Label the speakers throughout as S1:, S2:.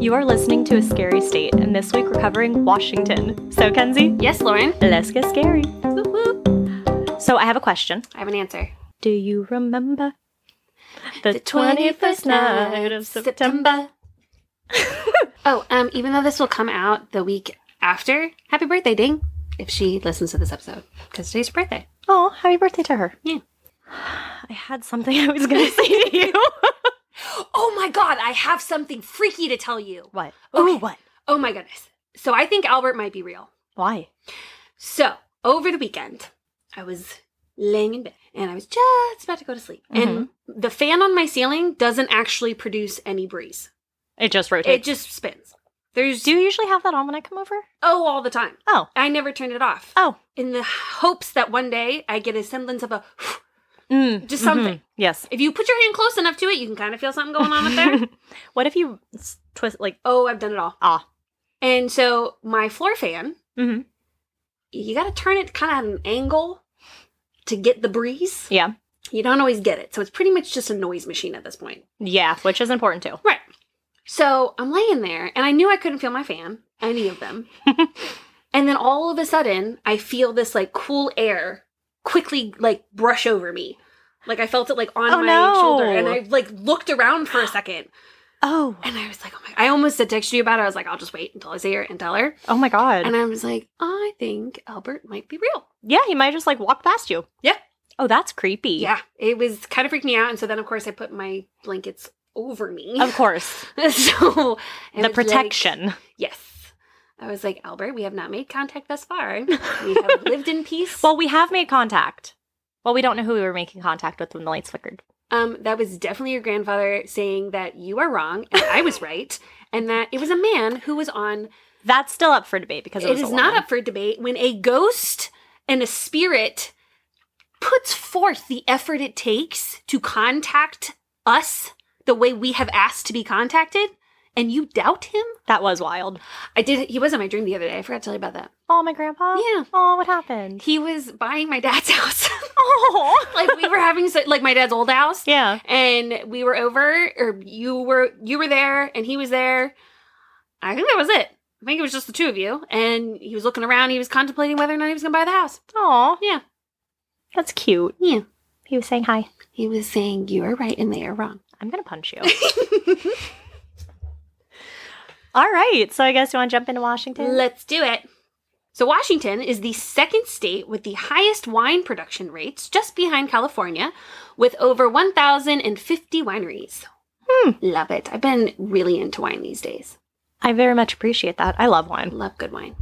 S1: You are listening to A Scary State, and this week we're covering Washington. So, Kenzie,
S2: Yes, Lauren.
S1: let's get scary.
S2: Whoop, whoop.
S1: So, I have a question.
S2: I have an answer.
S1: Do you remember
S2: The 21st night of September. oh, um, even though this will come out the week after, happy birthday, Ding, if she listens to this episode, because today's her birthday.
S1: Oh, happy birthday to her.
S2: Yeah.
S1: I had something I was going to say to you.
S2: Oh my god, I have something freaky to tell you.
S1: What?
S2: Okay.
S1: Oh, what?
S2: Oh my goodness. So I think Albert might be real.
S1: Why?
S2: So, over the weekend, I was laying in bed and I was just about to go to sleep. And the fan on my ceiling doesn't actually produce any breeze,
S1: It just
S2: it
S1: rotates.
S2: just spins. There's
S1: Do you usually have that on when I come over?
S2: oh all the time.
S1: Oh.
S2: I never turned it off.
S1: Oh.
S2: In the hopes that one day I get a semblance of a.
S1: Mm,
S2: Just
S1: mhm.
S2: something.
S1: Yes.
S2: If you put your hand close enough to it, you can kind of feel something going on up there.
S1: what if you s- twist, like,
S2: oh, I've done it all.
S1: ah.
S2: And so my floor fan,
S1: Mhm.
S2: you got to turn it kind of at an angle to get the breeze.
S1: Yeah.
S2: You don't always get it. So it's pretty much just a noise machine at this point.
S1: Yeah, which is important too.
S2: Right. So I'm laying there and I knew I couldn't feel my fan, any of them. and then all of a sudden, I feel this like cool air quickly like brush over me. Like I felt it like on
S1: Oh,
S2: my
S1: no.
S2: shoulder and I like looked around for a second
S1: Oh.
S2: and I was like, oh my, I almost said text you about it. I was like, I'll just wait until I see her and tell her.
S1: Oh my god.
S2: And I was like, I think Albert might be real.
S1: yeah, he might just like walk past you.
S2: Yeah.
S1: Oh, that's creepy.
S2: Yeah, it was kind of freaked me out. And so then, of course, I put my blankets over me.
S1: Of course.
S2: so I
S1: Um, the
S2: was like-
S1: protection.
S2: Yes. I was like, Albert, we have not made contact thus far. We have lived in peace.
S1: well, we have made contact. Well, we don't know who we were making contact with when the lights flickered.
S2: um, that was definitely your grandfather saying that you are wrong and I was right, and that it was a man who was on.
S1: That's still up for debate because it,
S2: It
S1: was
S2: is
S1: a
S2: not
S1: woman.
S2: up for debate when a ghost and a spirit puts forth the effort it takes to contact us the way we have asked to be contacted, and you doubt him.
S1: That was wild.
S2: I did. He was in my dream the other day. I forgot to tell you about that.
S1: Oh, my grandpa.
S2: Yeah.
S1: Oh, what happened?
S2: He was buying my dad's house.
S1: Oh.
S2: like we were having so, like my dad's old house
S1: yeah.
S2: and we were over or you were you were there and he was there i think that was it i think it was just the two of you and he was looking around he was contemplating whether or not he was gonna buy the house
S1: Oh.
S2: Yeah.
S1: That's cute.
S2: Yeah.
S1: He was saying hi.
S2: he was saying you are right and they are wrong
S1: I'm gonna punch you. All right. So I guess you want to jump into Washington.
S2: let's do it so washington is the second state with the highest wine production rates just behind california with over 1050 wineries
S1: Hmm.
S2: love it i've been really into wine these days
S1: I very much appreciate that. I love wine.
S2: Love good wine.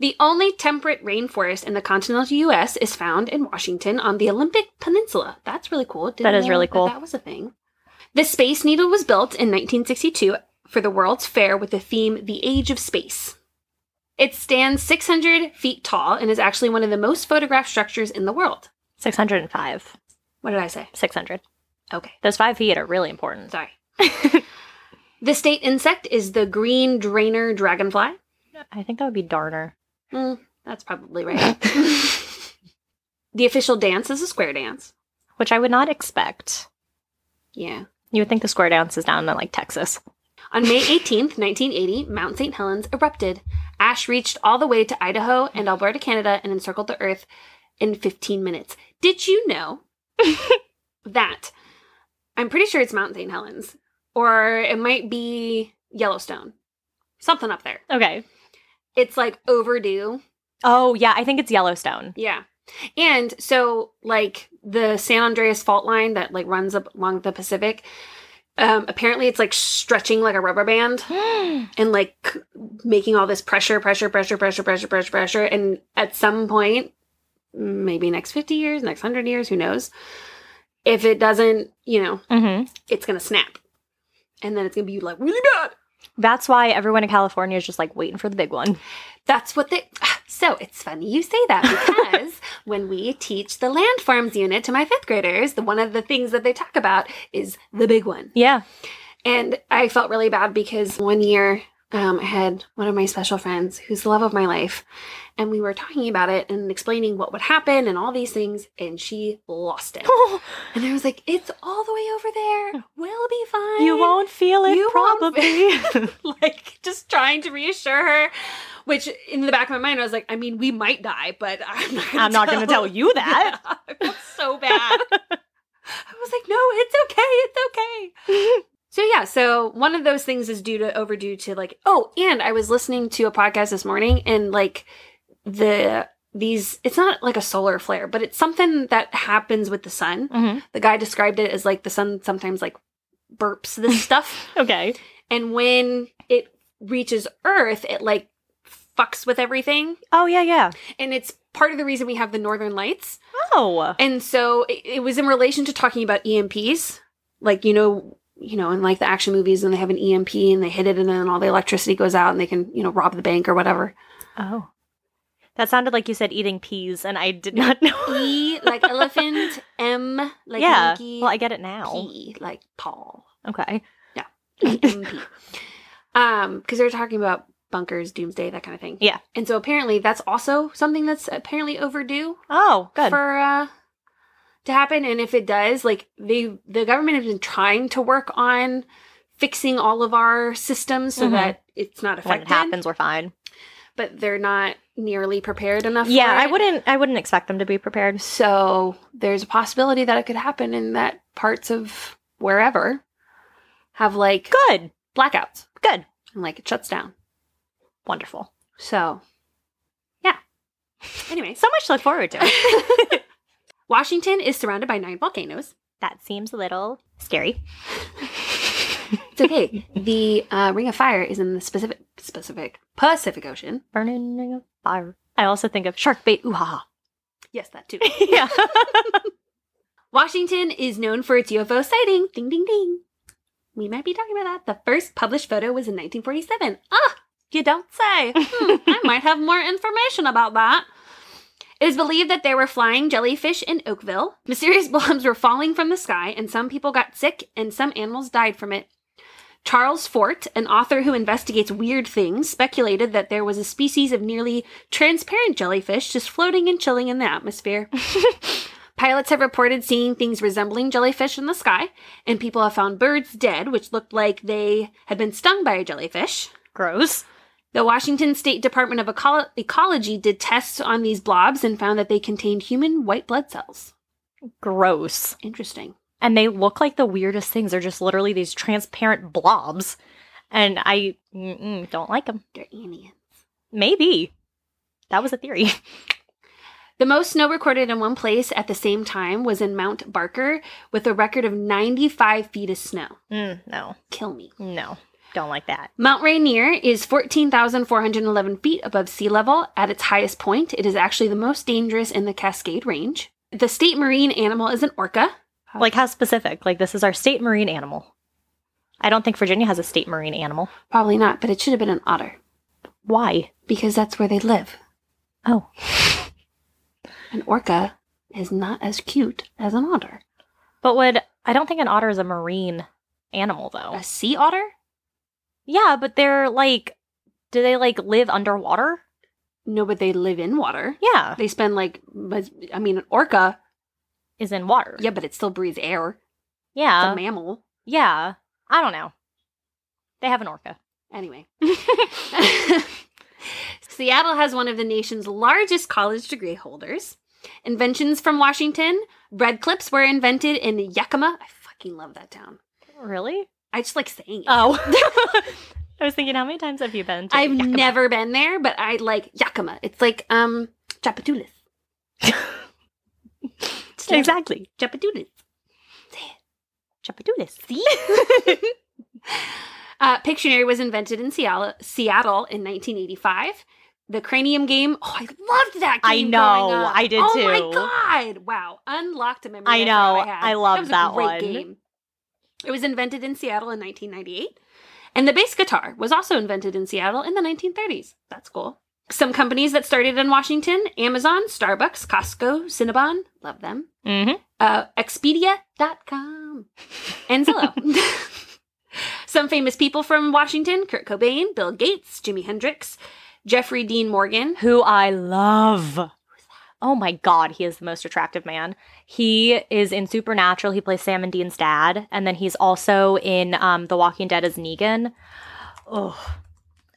S2: The only temperate rainforest in the continental U.S. is found in Washington on the Olympic Peninsula. That's really cool. Didn't
S1: That is
S2: know
S1: really cool.
S2: That, was a thing. The Space Needle was built in 1962 for the World's Fair with the theme "The Age of Space." It stands 600 feet tall and is actually one of the most photographed structures in the world.
S1: 605.
S2: What did I say?
S1: 600.
S2: Okay,
S1: Those five feet are really important.
S2: sorry. the state insect is the green drainer dragonfly.
S1: I think that would be darner.
S2: Mm, that's probably right. the official dance is a square dance.
S1: Which I would not expect.
S2: Yeah.
S1: You would think the square dance is down in like Texas.
S2: On May 18th, 1980, Mount St. Helens erupted. Ash reached all the way to Idaho and Alberta, Canada, and encircled the Earth in 15 minutes. Did you know that? I'm pretty sure it's Mount St. Helens, or it might be Yellowstone, something up there.
S1: Okay.
S2: It's like overdue
S1: Oh, yeah. I think it's Yellowstone.
S2: Yeah. And so like the San Andreas fault line that like runs up along the Pacific, um apparently it's like stretching like a rubber band and like c- making all this pressure, pressure, pressure, pressure, pressure, pressure, pressure and at some point maybe next 50 years, next 100 years, who knows, if it doesn't, you know,
S1: hmm
S2: it's going to snap. And then it's going to be like really bad.
S1: That's why everyone in California is just like waiting for the big one.
S2: That's what they. So it's funny you say that because when we teach the landforms unit to my fifth graders, the, one of the things that they talk about is the big one.
S1: Yeah.
S2: And I felt really bad because one year um, I had one of my special friends who's the love of my life, and we were talking about it and explaining what would happen and all these things, and she lost it. And I was like, "It's all the way over there. We'll be fine.
S1: you won't feel it,
S2: You won't
S1: probably.
S2: like just trying to reassure her." Which in the back of my mind, I was like, "I mean, we might die, but I'm not. Gonna
S1: I'm not going to tell you that.
S2: Yeah, I felt so bad. I was like, no, it's okay, it's okay. so yeah, so one of those things is due to overdue to like oh, and I was listening to a podcast this morning and like the these it's not like a solar flare, but it's something that happens with the sun.
S1: Mhm.
S2: The guy described it as like the sun sometimes like burps this stuff.
S1: Okay.
S2: and when it reaches Earth, it like fucks with everything.
S1: Oh, yeah, yeah.
S2: And it's part of the reason we have the northern lights.
S1: Oh.
S2: And so it, it was in relation to talking about EMPs, like you know, you know, in like the action movies, and they have an EMP and they hit it, and then all the electricity goes out, and they can you know rob the bank or whatever.
S1: Oh. That sounded like you said eating peas, and I did not know.
S2: E like elephant, M like
S1: yeah.
S2: monkey,
S1: Well, I get it now.
S2: P like Paul,
S1: Okay.
S2: EMP. um, because they're talking about bunkers, doomsday, that kind of thing.
S1: Yeah.
S2: and so apparently that's also something that's apparently overdue.
S1: Oh, good.
S2: for uh to happen and if it does like they the government has been trying to work on fixing all of our systems so
S1: Mhm.
S2: that it's not
S1: when it
S2: affected
S1: happens, we're fine.
S2: but they're not nearly prepared enough
S1: Yeah,
S2: for
S1: I
S2: it.
S1: wouldn't. I wouldn't expect them to be prepared.
S2: so there's a possibility that it could happen in that parts of wherever have like
S1: Good.
S2: blackouts
S1: Good.
S2: and like it shuts down
S1: Wonderful.
S2: so yeah anyway
S1: So much to look forward to.
S2: washington is surrounded by nine volcanoes
S1: that seems a little scary.
S2: It's okay. the uh, Ring of Fire is in the specific specific Pacific Ocean.
S1: Burning a fire. I also think of shark bait. Ooh ha.
S2: Yes, that too.
S1: ha. yeah.
S2: Washington is known for its UFO sighting. Ding ding ding. We might be talking about that. The first published photo was in 1947. Ah, you don't say. Hmm, I might have more information about that. It is believed that there were flying jellyfish in Oakville. Mysterious blobs were falling from the sky, and some people got sick, and some animals died from it. Charles Fort, an author who investigates weird things, speculated that there was a species of nearly transparent jellyfish just floating and chilling in the atmosphere. Pilots have reported seeing things resembling jellyfish in the sky, and people have found birds dead, which looked like they had been stung by a jellyfish.
S1: Gross.
S2: The Washington State Department of Eco- Ecology did tests on these blobs and found that they contained human white blood cells.
S1: Gross.
S2: Interesting.
S1: And they look like the weirdest things. They're just literally these transparent blobs, and I mm-mm, don't like them.
S2: They're alien.
S1: Maybe that was a theory.
S2: The most snow recorded in one place at the same time was in Mount Barker with a record of 95 feet of snow.
S1: Mm, no,
S2: Kill me.
S1: no, don't like that.
S2: Mount Rainier is 14,411 feet above sea level at its highest point. It is actually the most dangerous in the Cascade Range. The state marine animal is an orca.
S1: Like how specific? Like this is our state marine animal. I don't think Virginia has a state marine animal.
S2: Probably not, but it should have been an otter
S1: Why?
S2: because that's where they live.
S1: Oh,
S2: An orca is not as cute as an otter.
S1: but would I don't think an otter is a marine animal though.
S2: A sea otter?
S1: Yeah, but they're like, do they like live underwater?
S2: No, but they live in water.
S1: Yeah,
S2: They spend like, mas- I mean, an orca,
S1: is in water.
S2: yeah, but it still breathes air. It's
S1: Yeah,
S2: a mammal.
S1: yeah. I don't know. They have an orca.
S2: Anyway. Seattle has one of the nation's largest college degree holders. Inventions from Washington. Bread clips were invented in Yakima. I fucking love that town.
S1: Really?
S2: I just like saying it.
S1: Oh, I was thinking, how many times have you been? To
S2: I've
S1: Yakima?
S2: never been there, but I like Yakima. It's like um Chapatulis. It's like
S1: exactly.
S2: Chapatulis.
S1: Chapadoulis. See?
S2: Uh, Pictionary was invented in Seattle, Seattle in 1985. The Cranium game. Oh, I loved that
S1: I
S2: game.
S1: know,
S2: growing up.
S1: I did
S2: oh
S1: too.
S2: my god! Wow, unlocked a memory.
S1: I
S2: of how
S1: know,
S2: had.
S1: I loved
S2: was a
S1: that
S2: great
S1: one.
S2: Game. It was invented in Seattle in 1998, and the bass guitar was also invented in Seattle in the 1930s. That's cool. Some companies that started in Washington: Amazon, Starbucks, Costco, Cinnabon. Love them
S1: Mm-hmm.
S2: uh, Expedia.com and Zillow. Some famous people from Washington Kurt Cobain, Bill Gates, Jimi Hendrix, Jeffrey Dean Morgan.
S1: who I love. Oh my God, he is the most attractive man. He is in Supernatural. He plays Sam and Dean's dad, and then he's also in um, The Walking Dead as Negan. Oh,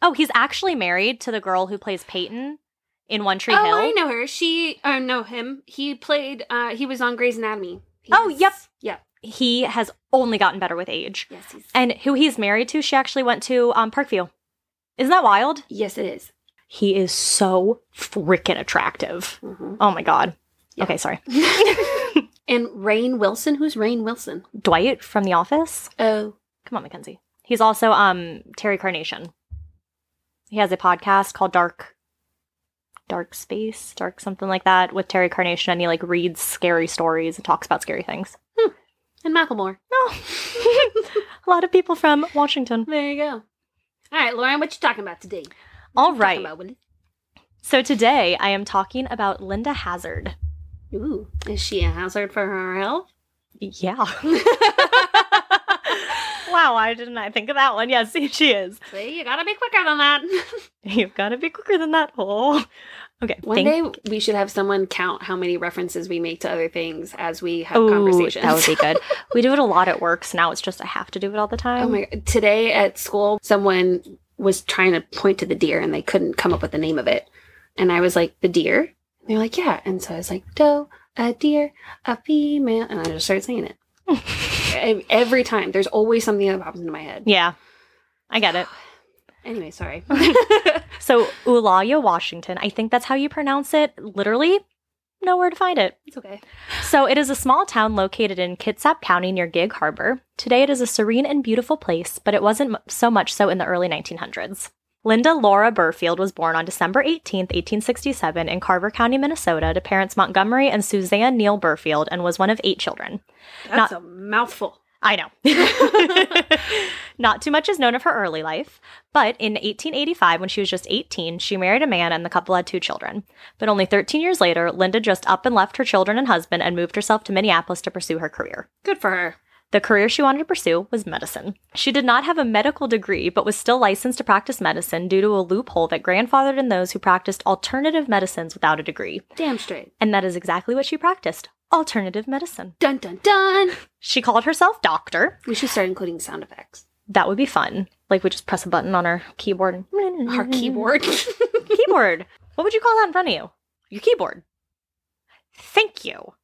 S1: oh, he's actually married to the girl who plays Peyton in One Tree
S2: oh,
S1: Hill.
S2: I know her. She, oh, no, him. He played, uh, he was on Grey's Anatomy. He
S1: Oh,
S2: was-
S1: yep.
S2: Yep.
S1: He has only gotten better with age,
S2: Yes, he's.
S1: and who he's married to, she actually went to um, Parkview. Isn't that wild?
S2: yes, it is.
S1: He is so freaking attractive.
S2: Mhm.
S1: Oh my God.
S2: Yeah.
S1: Okay, sorry.
S2: and Rain Wilson. Who's Rain Wilson?
S1: Dwight from The Office.
S2: Oh.
S1: Come on, Mackenzie. He's also um Terry Carnation. He has a podcast called Dark Dark Space, Dark something like that with Terry Carnation and he like reads scary stories and talks about scary things.
S2: And Macklemore.
S1: No. a lot of people from Washington.
S2: There you go. All right, Lauren, what you talking about today?
S1: All
S2: What you talking
S1: right.
S2: about, Wendy?
S1: So today I am talking about Linda Hazard.
S2: Ooh, is she a hazard for her health?
S1: Yeah. wow, why didn't I think of that one? Yes, she is.
S2: See, you gotta be quicker than that.
S1: You've got to be quicker than that. Oh. Okay.
S2: One
S1: thank-
S2: day we should have someone count how many references we make to other things as we have
S1: Ooh,
S2: conversations.
S1: That would be good. we do it a lot at work, so now it's just I have to do it all the time.
S2: oh my! Today at school, someone was trying to point to the deer and they couldn't come up with the name of it, and I was like, "The deer?" And they're like, "Yeah," and so I was like, "Doe, a deer, a female," and I just started saying it E- every time. There's always something that pops into my head.
S1: yeah, I get it.
S2: Anyway, sorry.
S1: So Ulaya, Washington. I think that's how you pronounce it. Literally, nowhere to find it.
S2: it's okay.
S1: So it is a small town located in Kitsap County near Gig Harbor. Today it is a serene and beautiful place, but it wasn't m- so much so in the early 1900s. Linda Laura Burfield was born on December 18, 1867, in Carver County, Minnesota, to parents Montgomery and Suzanne Neal Burfield, and was one of eight children.
S2: That's a mouthful.
S1: I know. Not too much is known of her early life, but in 1885, when she was just 18, she married a man and the couple had two children. But only 13 years later, Linda just up and left her children and husband and moved herself to Minneapolis to pursue her career.
S2: Good for her.
S1: The career she wanted to pursue was medicine. She did not have a medical degree, but was still licensed to practice medicine due to a loophole that grandfathered in those who practiced alternative medicines without a degree.
S2: Damn straight.
S1: And that is exactly what she practiced alternative medicine.
S2: Dun dun dun.
S1: She called herself doctor
S2: We should start including sound effects.
S1: That would be fun. Like we just press a button on our keyboard. and-
S2: Our keyboard.
S1: keyboard. What would you call that in front of you? Your keyboard. Thank you.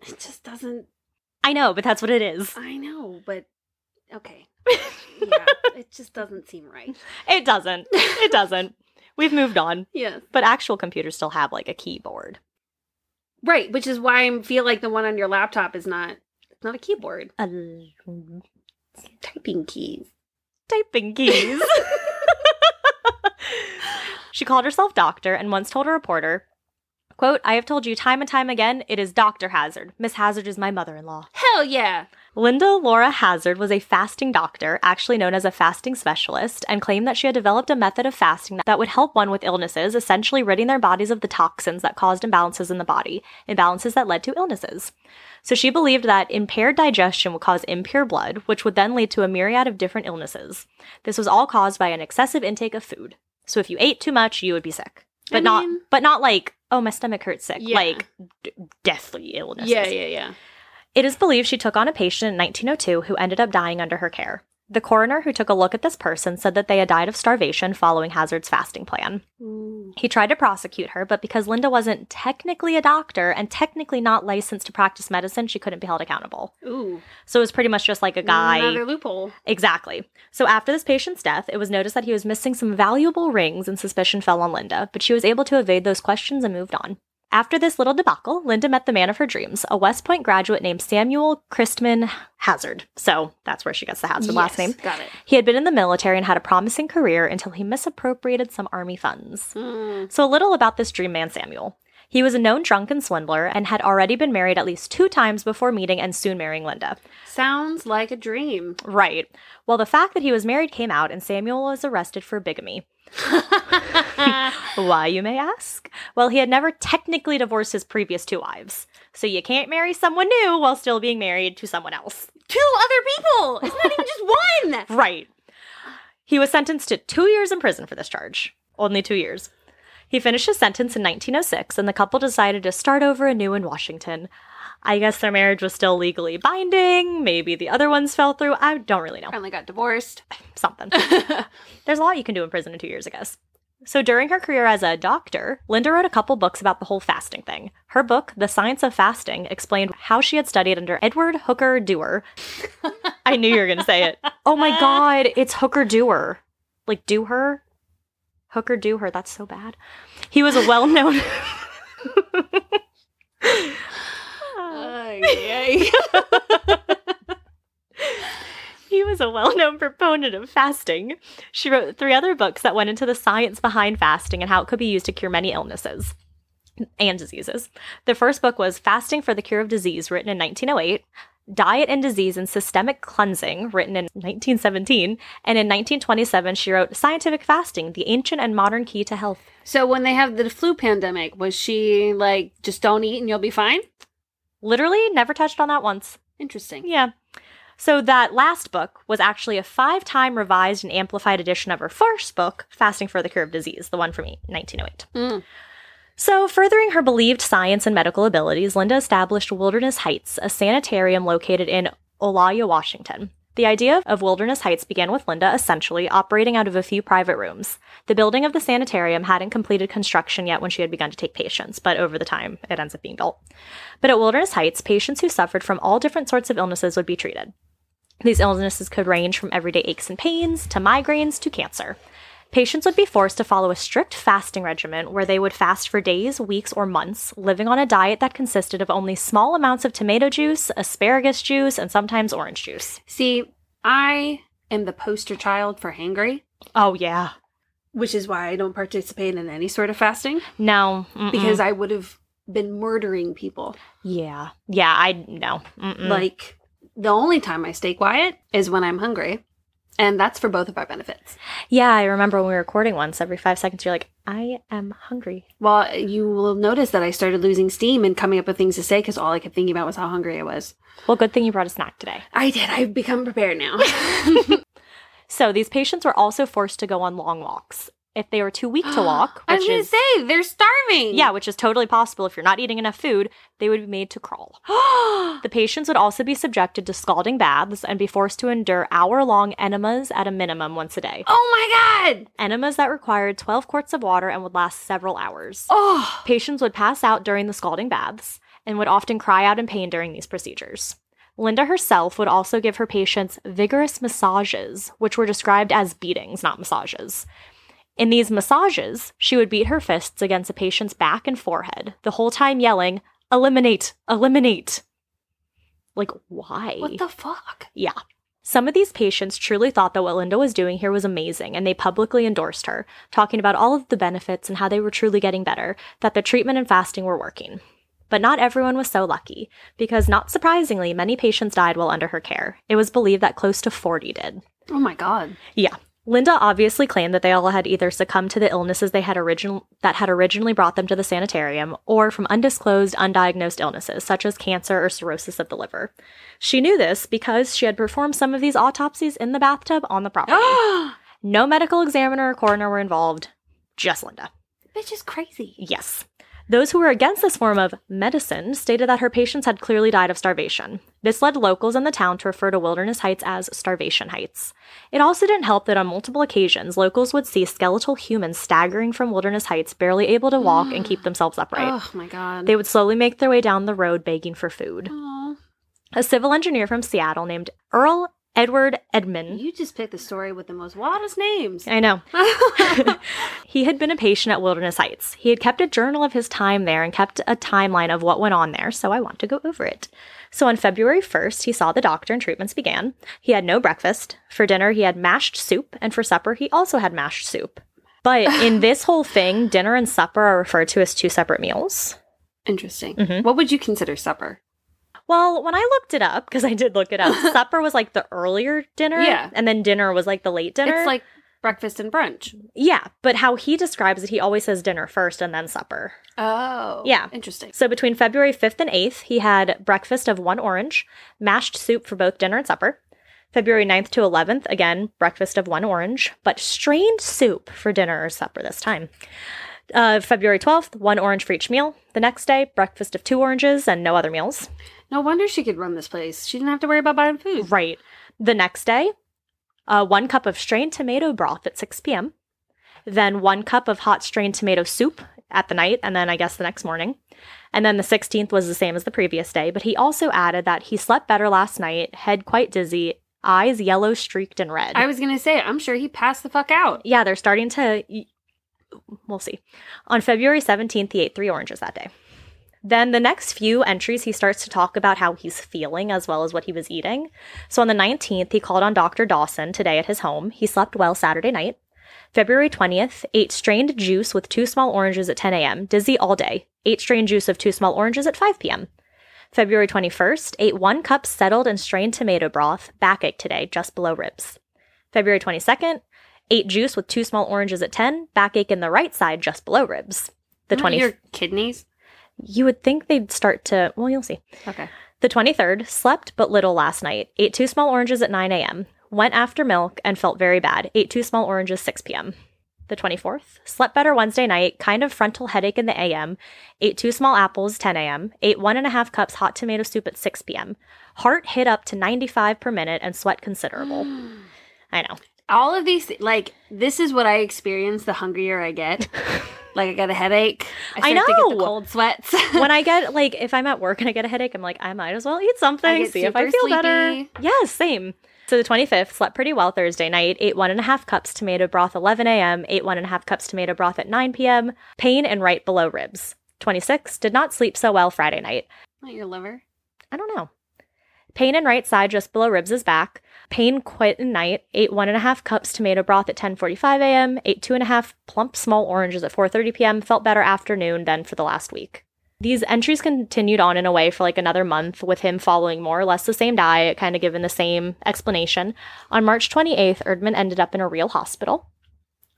S2: it just doesn't.
S1: I know, but that's what it is.
S2: I know, but okay. Yeah, it just doesn't seem right.
S1: It doesn't. It doesn't. We've moved on,
S2: Yeah.
S1: but actual computers still have like a keyboard.
S2: Right, which is why I feel like the one on your laptop is not. It's not a keyboard.
S1: Uh,
S2: It's typing keys.
S1: typing keys. she called herself Doctor and once told a reporter, quote, I have told you time and time again, it is Dr. Hazard. Miss Hazard is my mother-in-law.
S2: Hell yeah.
S1: Linda Laura Hazard was a fasting doctor, actually known as a fasting specialist, and claimed that she had developed a method of fasting that would help one with illnesses, essentially ridding their bodies of the toxins that caused imbalances in the body, imbalances that led to illnesses. So she believed that impaired digestion would cause impure blood, which would then lead to a myriad of different illnesses. This was all caused by an excessive intake of food. So if you ate too much, you would be sick. But
S2: I
S1: not
S2: mean-
S1: but not like, oh, my stomach hurts sick,
S2: Yeah.
S1: like d- deathly illnesses.
S2: Yeah, yeah, yeah.
S1: It is believed she took on a patient in 1902 who ended up dying under her care. The coroner who took a look at this person said that they had died of starvation following Hazard's fasting plan.
S2: Ooh.
S1: He tried to prosecute her, but because Linda wasn't technically a doctor and technically not licensed to practice medicine, she couldn't be held accountable.
S2: Ooh.
S1: So it was pretty much just like a guy.
S2: Another loophole.
S1: Exactly. So after this patient's death, it was noticed that he was missing some valuable rings and suspicion fell on Linda, but she was able to evade those questions and moved on. After this little debacle, Linda met the man of her dreams, a West Point graduate named Samuel Christman Hazard. So that's where she gets the Hazard last
S2: Yes,
S1: name.
S2: Got it.
S1: He had been in the military and had a promising career until he misappropriated some army funds.
S2: Mm.
S1: So, a little about this dream man, Samuel. He was a known drunken swindler and had already been married at least two times before meeting and soon marrying Linda.
S2: Sounds like a dream.
S1: Right. Well, the fact that he was married came
S2: Uh,
S1: out, and Samuel was arrested for bigamy. Why, you may ask? Well, he had never technically divorced his previous two wives. So you can't marry someone new while still being married to someone else.
S2: Two other people. It's not even just one.
S1: Right. He was sentenced to two years in prison for this charge. Only two years. He finished his sentence in 1906, and the couple decided to start over anew in Washington. I guess their marriage was still legally binding. Maybe the other ones fell through. I don't really know.
S2: Finally got divorced.
S1: Something. There's a lot you can do in prison in two years, I guess. So during her career as a doctor, Linda wrote a couple books about the whole fasting thing. Her book, The Science of Fasting, explained how she had studied under Edward Hooker Dewar. I knew you were going to say it. Oh my God, it's Hooker Dewar. Like, do her? Hooker Dewar, that's so bad. He was a well known. Ah.
S2: Ay, ay.
S1: He was a well known proponent of fasting. She wrote three other books that went into the science behind fasting and how it could be used to cure many illnesses and diseases. The first book was Fasting for the Cure of Disease, written in 1908, Diet and Disease and Systemic Cleansing, written in 1917, and in 1927, she wrote Scientific Fasting, the Ancient and Modern Key to Health.
S2: so when they have the flu pandemic, was she like just don't eat and you'll be fine?
S1: Literally never touched on that once.
S2: Interesting.
S1: Yeah. So that last book was actually a five time revised and amplified edition of her first book, Fasting for the Cure of Disease, the one from 1908.
S2: Mm.
S1: So, furthering her believed science and medical abilities, Linda established Wilderness Heights, a sanitarium located in Olaya, Washington. The idea of Wilderness Heights began with Linda essentially operating out of a few private rooms. The building of the sanitarium hadn't completed construction yet when she had begun to take patients, but over the time it ends up being built. But at Wilderness Heights, patients who suffered from all different sorts of illnesses would be treated. These illnesses could range from everyday aches and pains to migraines to cancer. Patients would be forced to follow a strict fasting regimen where they would fast for days, weeks, or months, living on a diet that consisted of only small amounts of tomato juice, asparagus juice, and sometimes orange juice.
S2: See, I am the poster child for hangry,
S1: Oh, yeah.
S2: which is why I don't participate in any sort of fasting
S1: No. mm-mm.
S2: because I would have been murdering people.
S1: Yeah. Yeah, I. No. Mm-mm.
S2: Like the only time I stay quiet is when I'm hungry, and that's for both of our benefits.
S1: yeah, I remember when we were recording once, every five seconds, you're like, I am hungry.
S2: Well, you will notice that I started losing steam and coming up with things to say because all I kept thinking about was how hungry I was.
S1: Well, good thing you brought a snack today.
S2: I did. I've become prepared now.
S1: So these patients were also forced to go on long walks. If they were too weak to walk,
S2: I was
S1: which
S2: gonna
S1: is
S2: say they're starving.
S1: yeah, which is totally possible if you're not eating enough food, they would be made to crawl.
S2: Oh
S1: The patients would also be subjected to scalding baths and be forced to endure hour-long enemas at a minimum once a day.
S2: oh my god.
S1: Enemas that required 12 quarts of water and would last several hours.
S2: Oh.
S1: Patients would pass out during the scalding baths and would often cry out in pain during these procedures. Linda herself would also give her patients vigorous massages, which were described as beatings, not massages. In these massages, she would beat her fists against a patient's back and forehead, the whole time yelling, Eliminate, eliminate. Like, why?
S2: What the fuck?
S1: Yeah. Some of these patients truly thought that what Linda was doing here was amazing, and they publicly endorsed her, talking about all of the benefits and how they were truly getting better, that the treatment and fasting were working. But not everyone was so lucky, because not surprisingly, many patients died while under her care. It was believed that close to 40 did.
S2: Oh my god.
S1: Yeah. Linda obviously claimed that they all had either succumbed to the illnesses they had original that had originally brought them to the sanitarium or from undisclosed undiagnosed illnesses such as cancer or cirrhosis of the liver. She knew this because she had performed some of these autopsies in the bathtub on the property.
S2: Bitch
S1: no medical examiner or coroner were involved, just Linda.
S2: is crazy.
S1: Yes. Those who were against this form of medicine stated that her patients had clearly died of starvation. This led locals in the town to refer to Wilderness Heights as Starvation Heights. It also didn't help that on multiple occasions, locals would see skeletal humans staggering from Wilderness Heights, barely able to walk and keep themselves upright.
S2: Oh my god.
S1: They Mm-hmm. would slowly make their way down the road begging for food.
S2: Aw.
S1: A civil engineer from Seattle named Earl Edward Edmond
S2: You just picked the story with the most wildest names.
S1: I know. he had been a patient at Wilderness Heights. He had kept a journal of his time there and kept a timeline of what went on there, so I want to go over it. So on February 1st, he saw the doctor and treatments began. He had no breakfast. For dinner, he had mashed soup, and for supper, he also had mashed soup. But in this whole thing, dinner and supper are referred to as two separate meals.
S2: Interesting.
S1: Mm-hmm.
S2: What would you consider supper?
S1: Well, when I looked it up, because I did look it up, supper was like the earlier dinner,
S2: Yeah.
S1: and then dinner was like the late dinner.
S2: It's like breakfast and brunch.
S1: Yeah, but how he describes it, he always says dinner first and then supper.
S2: Oh.
S1: Yeah.
S2: Interesting.
S1: So between February 5th and 8th, he had breakfast of one orange, mashed soup for both dinner and supper. February 9th to 11th, again, breakfast of one orange, but strained soup for dinner or supper this time. Uh, February 12th, one orange for each meal. The next day, breakfast of two oranges and no other meals.
S2: No wonder she could run this place. She didn't have to worry about buying food.
S1: Right. The next day, uh, one cup of strained tomato broth at 6 p.m., then one cup of hot strained tomato soup at the night, and then I guess the next morning. And then the 16th was the same as the previous day, but he also added that he slept better last night, head quite dizzy, eyes yellow streaked and red.
S2: I was gonna say, I'm sure he passed the fuck out.
S1: yeah, they're starting to. We'll see. On February 17th, he ate three oranges that day. Then the next few entries, he starts to talk about how he's feeling as well as what he was eating. So on the 19th, he called on Dr. Dawson today at his home. He slept well Saturday night. February 20th, ate strained juice with two small oranges at 10 a.m., dizzy all day, ate strained juice of two small oranges at 5 p.m. February 21st, ate one cup settled and strained tomato broth, backache today, just below ribs. February 22nd, ate juice with two small oranges at 10, backache in the right side, just below ribs. The
S2: Not
S1: 20th,
S2: your kidneys.
S1: you would think they'd start to, well, you'll see.
S2: Okay.
S1: The 23rd, slept but little last night, ate two small oranges at 9 a.m., went after milk and felt very bad, ate two small oranges 6 p.m. The 24th, slept better Wednesday night, kind of frontal headache in the a.m., ate two small apples 10 a.m., ate one and a half cups hot tomato soup at 6 p.m., heart hit up to 95 per minute and sweat considerable. I know.
S2: All of these, like, this is what I experience. The hungrier I get, like, I got a headache.
S1: I
S2: start To get the
S1: know.
S2: cold sweats.
S1: when I get like if I'm at work and I get a headache, I'm like, I might as well eat something,
S2: get
S1: see if I
S2: super
S1: feel better.
S2: sleepy.
S1: Yes, same. So the 25th, slept pretty well Thursday night, ate one and a half cups tomato broth 11 a.m., ate one and a half cups tomato broth at 9 p.m., pain and right below ribs. 26, did not sleep so well Friday night.
S2: Not your liver.
S1: I don't know. Pain in right side just below ribs is back. Pain quit in night. Ate one and a half cups tomato broth at 10:45 a.m. Ate two and a half plump small oranges at 4:30 p.m. Felt better afternoon than for the last week. These entries continued on in a way for like another month, with him following more or less the same diet, kind of given the same explanation. On March 28th, Erdman ended up in a real hospital,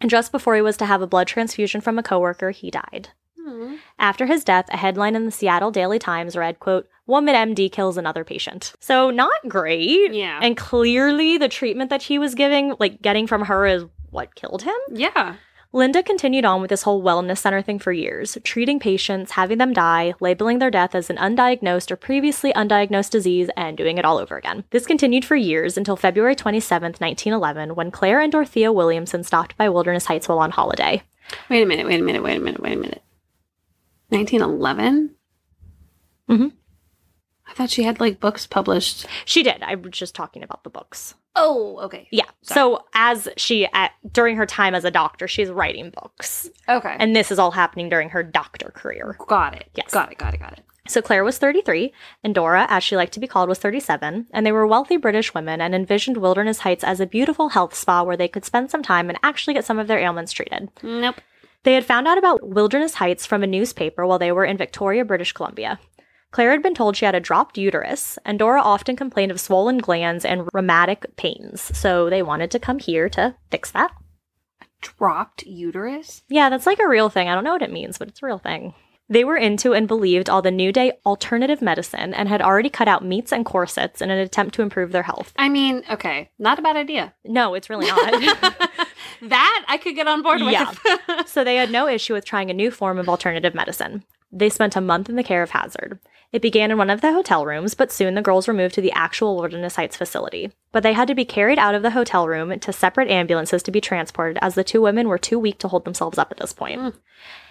S1: and just before he was to have a blood transfusion from a coworker, he died.
S2: Hmm.
S1: After his death, a headline in the Seattle Daily Times read, quote, Woman MD kills another patient. So not great.
S2: Yeah.
S1: And clearly the treatment that he was giving, like getting from her is what killed him.
S2: yeah.
S1: Linda continued on with this whole wellness center thing for years, treating patients, having them die, labeling their death as an undiagnosed or previously undiagnosed disease, and doing it all over again. This continued for years until February 27, 1911, when Claire and Dorothea Williamson stopped by Wilderness Heights while on holiday.
S2: Wait a minute. Wait a minute. Wait a minute. Wait a minute. 1911. Mm-hmm.
S1: Mhm.
S2: I thought she had like books published.
S1: She did. I was just talking about the books.
S2: Oh, okay.
S1: Yeah. So as she at, during her time as a doctor, she's writing books,
S2: Okay.
S1: and this is all happening during her doctor career.
S2: got it.
S1: Yes.
S2: Got it. Got it. Got it.
S1: So Claire was 33, and Dora, as she liked to be called, was 37, and they were wealthy British women and envisioned Wilderness Heights as a beautiful health spa where they could spend some time and actually get some of their ailments treated.
S2: Nope.
S1: They had found out about Wilderness Heights from a newspaper while they were in Victoria, British Columbia. Claire had been told she had a dropped uterus, and Dora often complained of swollen glands and rheumatic pains, so they wanted to come here to fix that.
S2: Dropped uterus.
S1: Yeah, that's like a real thing. I don't know what it means, but it's a real thing. They were into and believed all the New Day alternative medicine and had already cut out meats and corsets in an attempt to improve their health.
S2: I mean, okay, not a bad idea.
S1: No, it's really not.
S2: That I could get on board with.
S1: Yeah. so they had no issue with trying a new form of alternative medicine. They spent a month in the care of Hazard. It began in one of the hotel rooms, but soon the girls were moved to the actual Wilderness Heights facility. But they had to be carried out of the hotel room to separate ambulances to be transported, as the two women were too weak to hold themselves up at this point.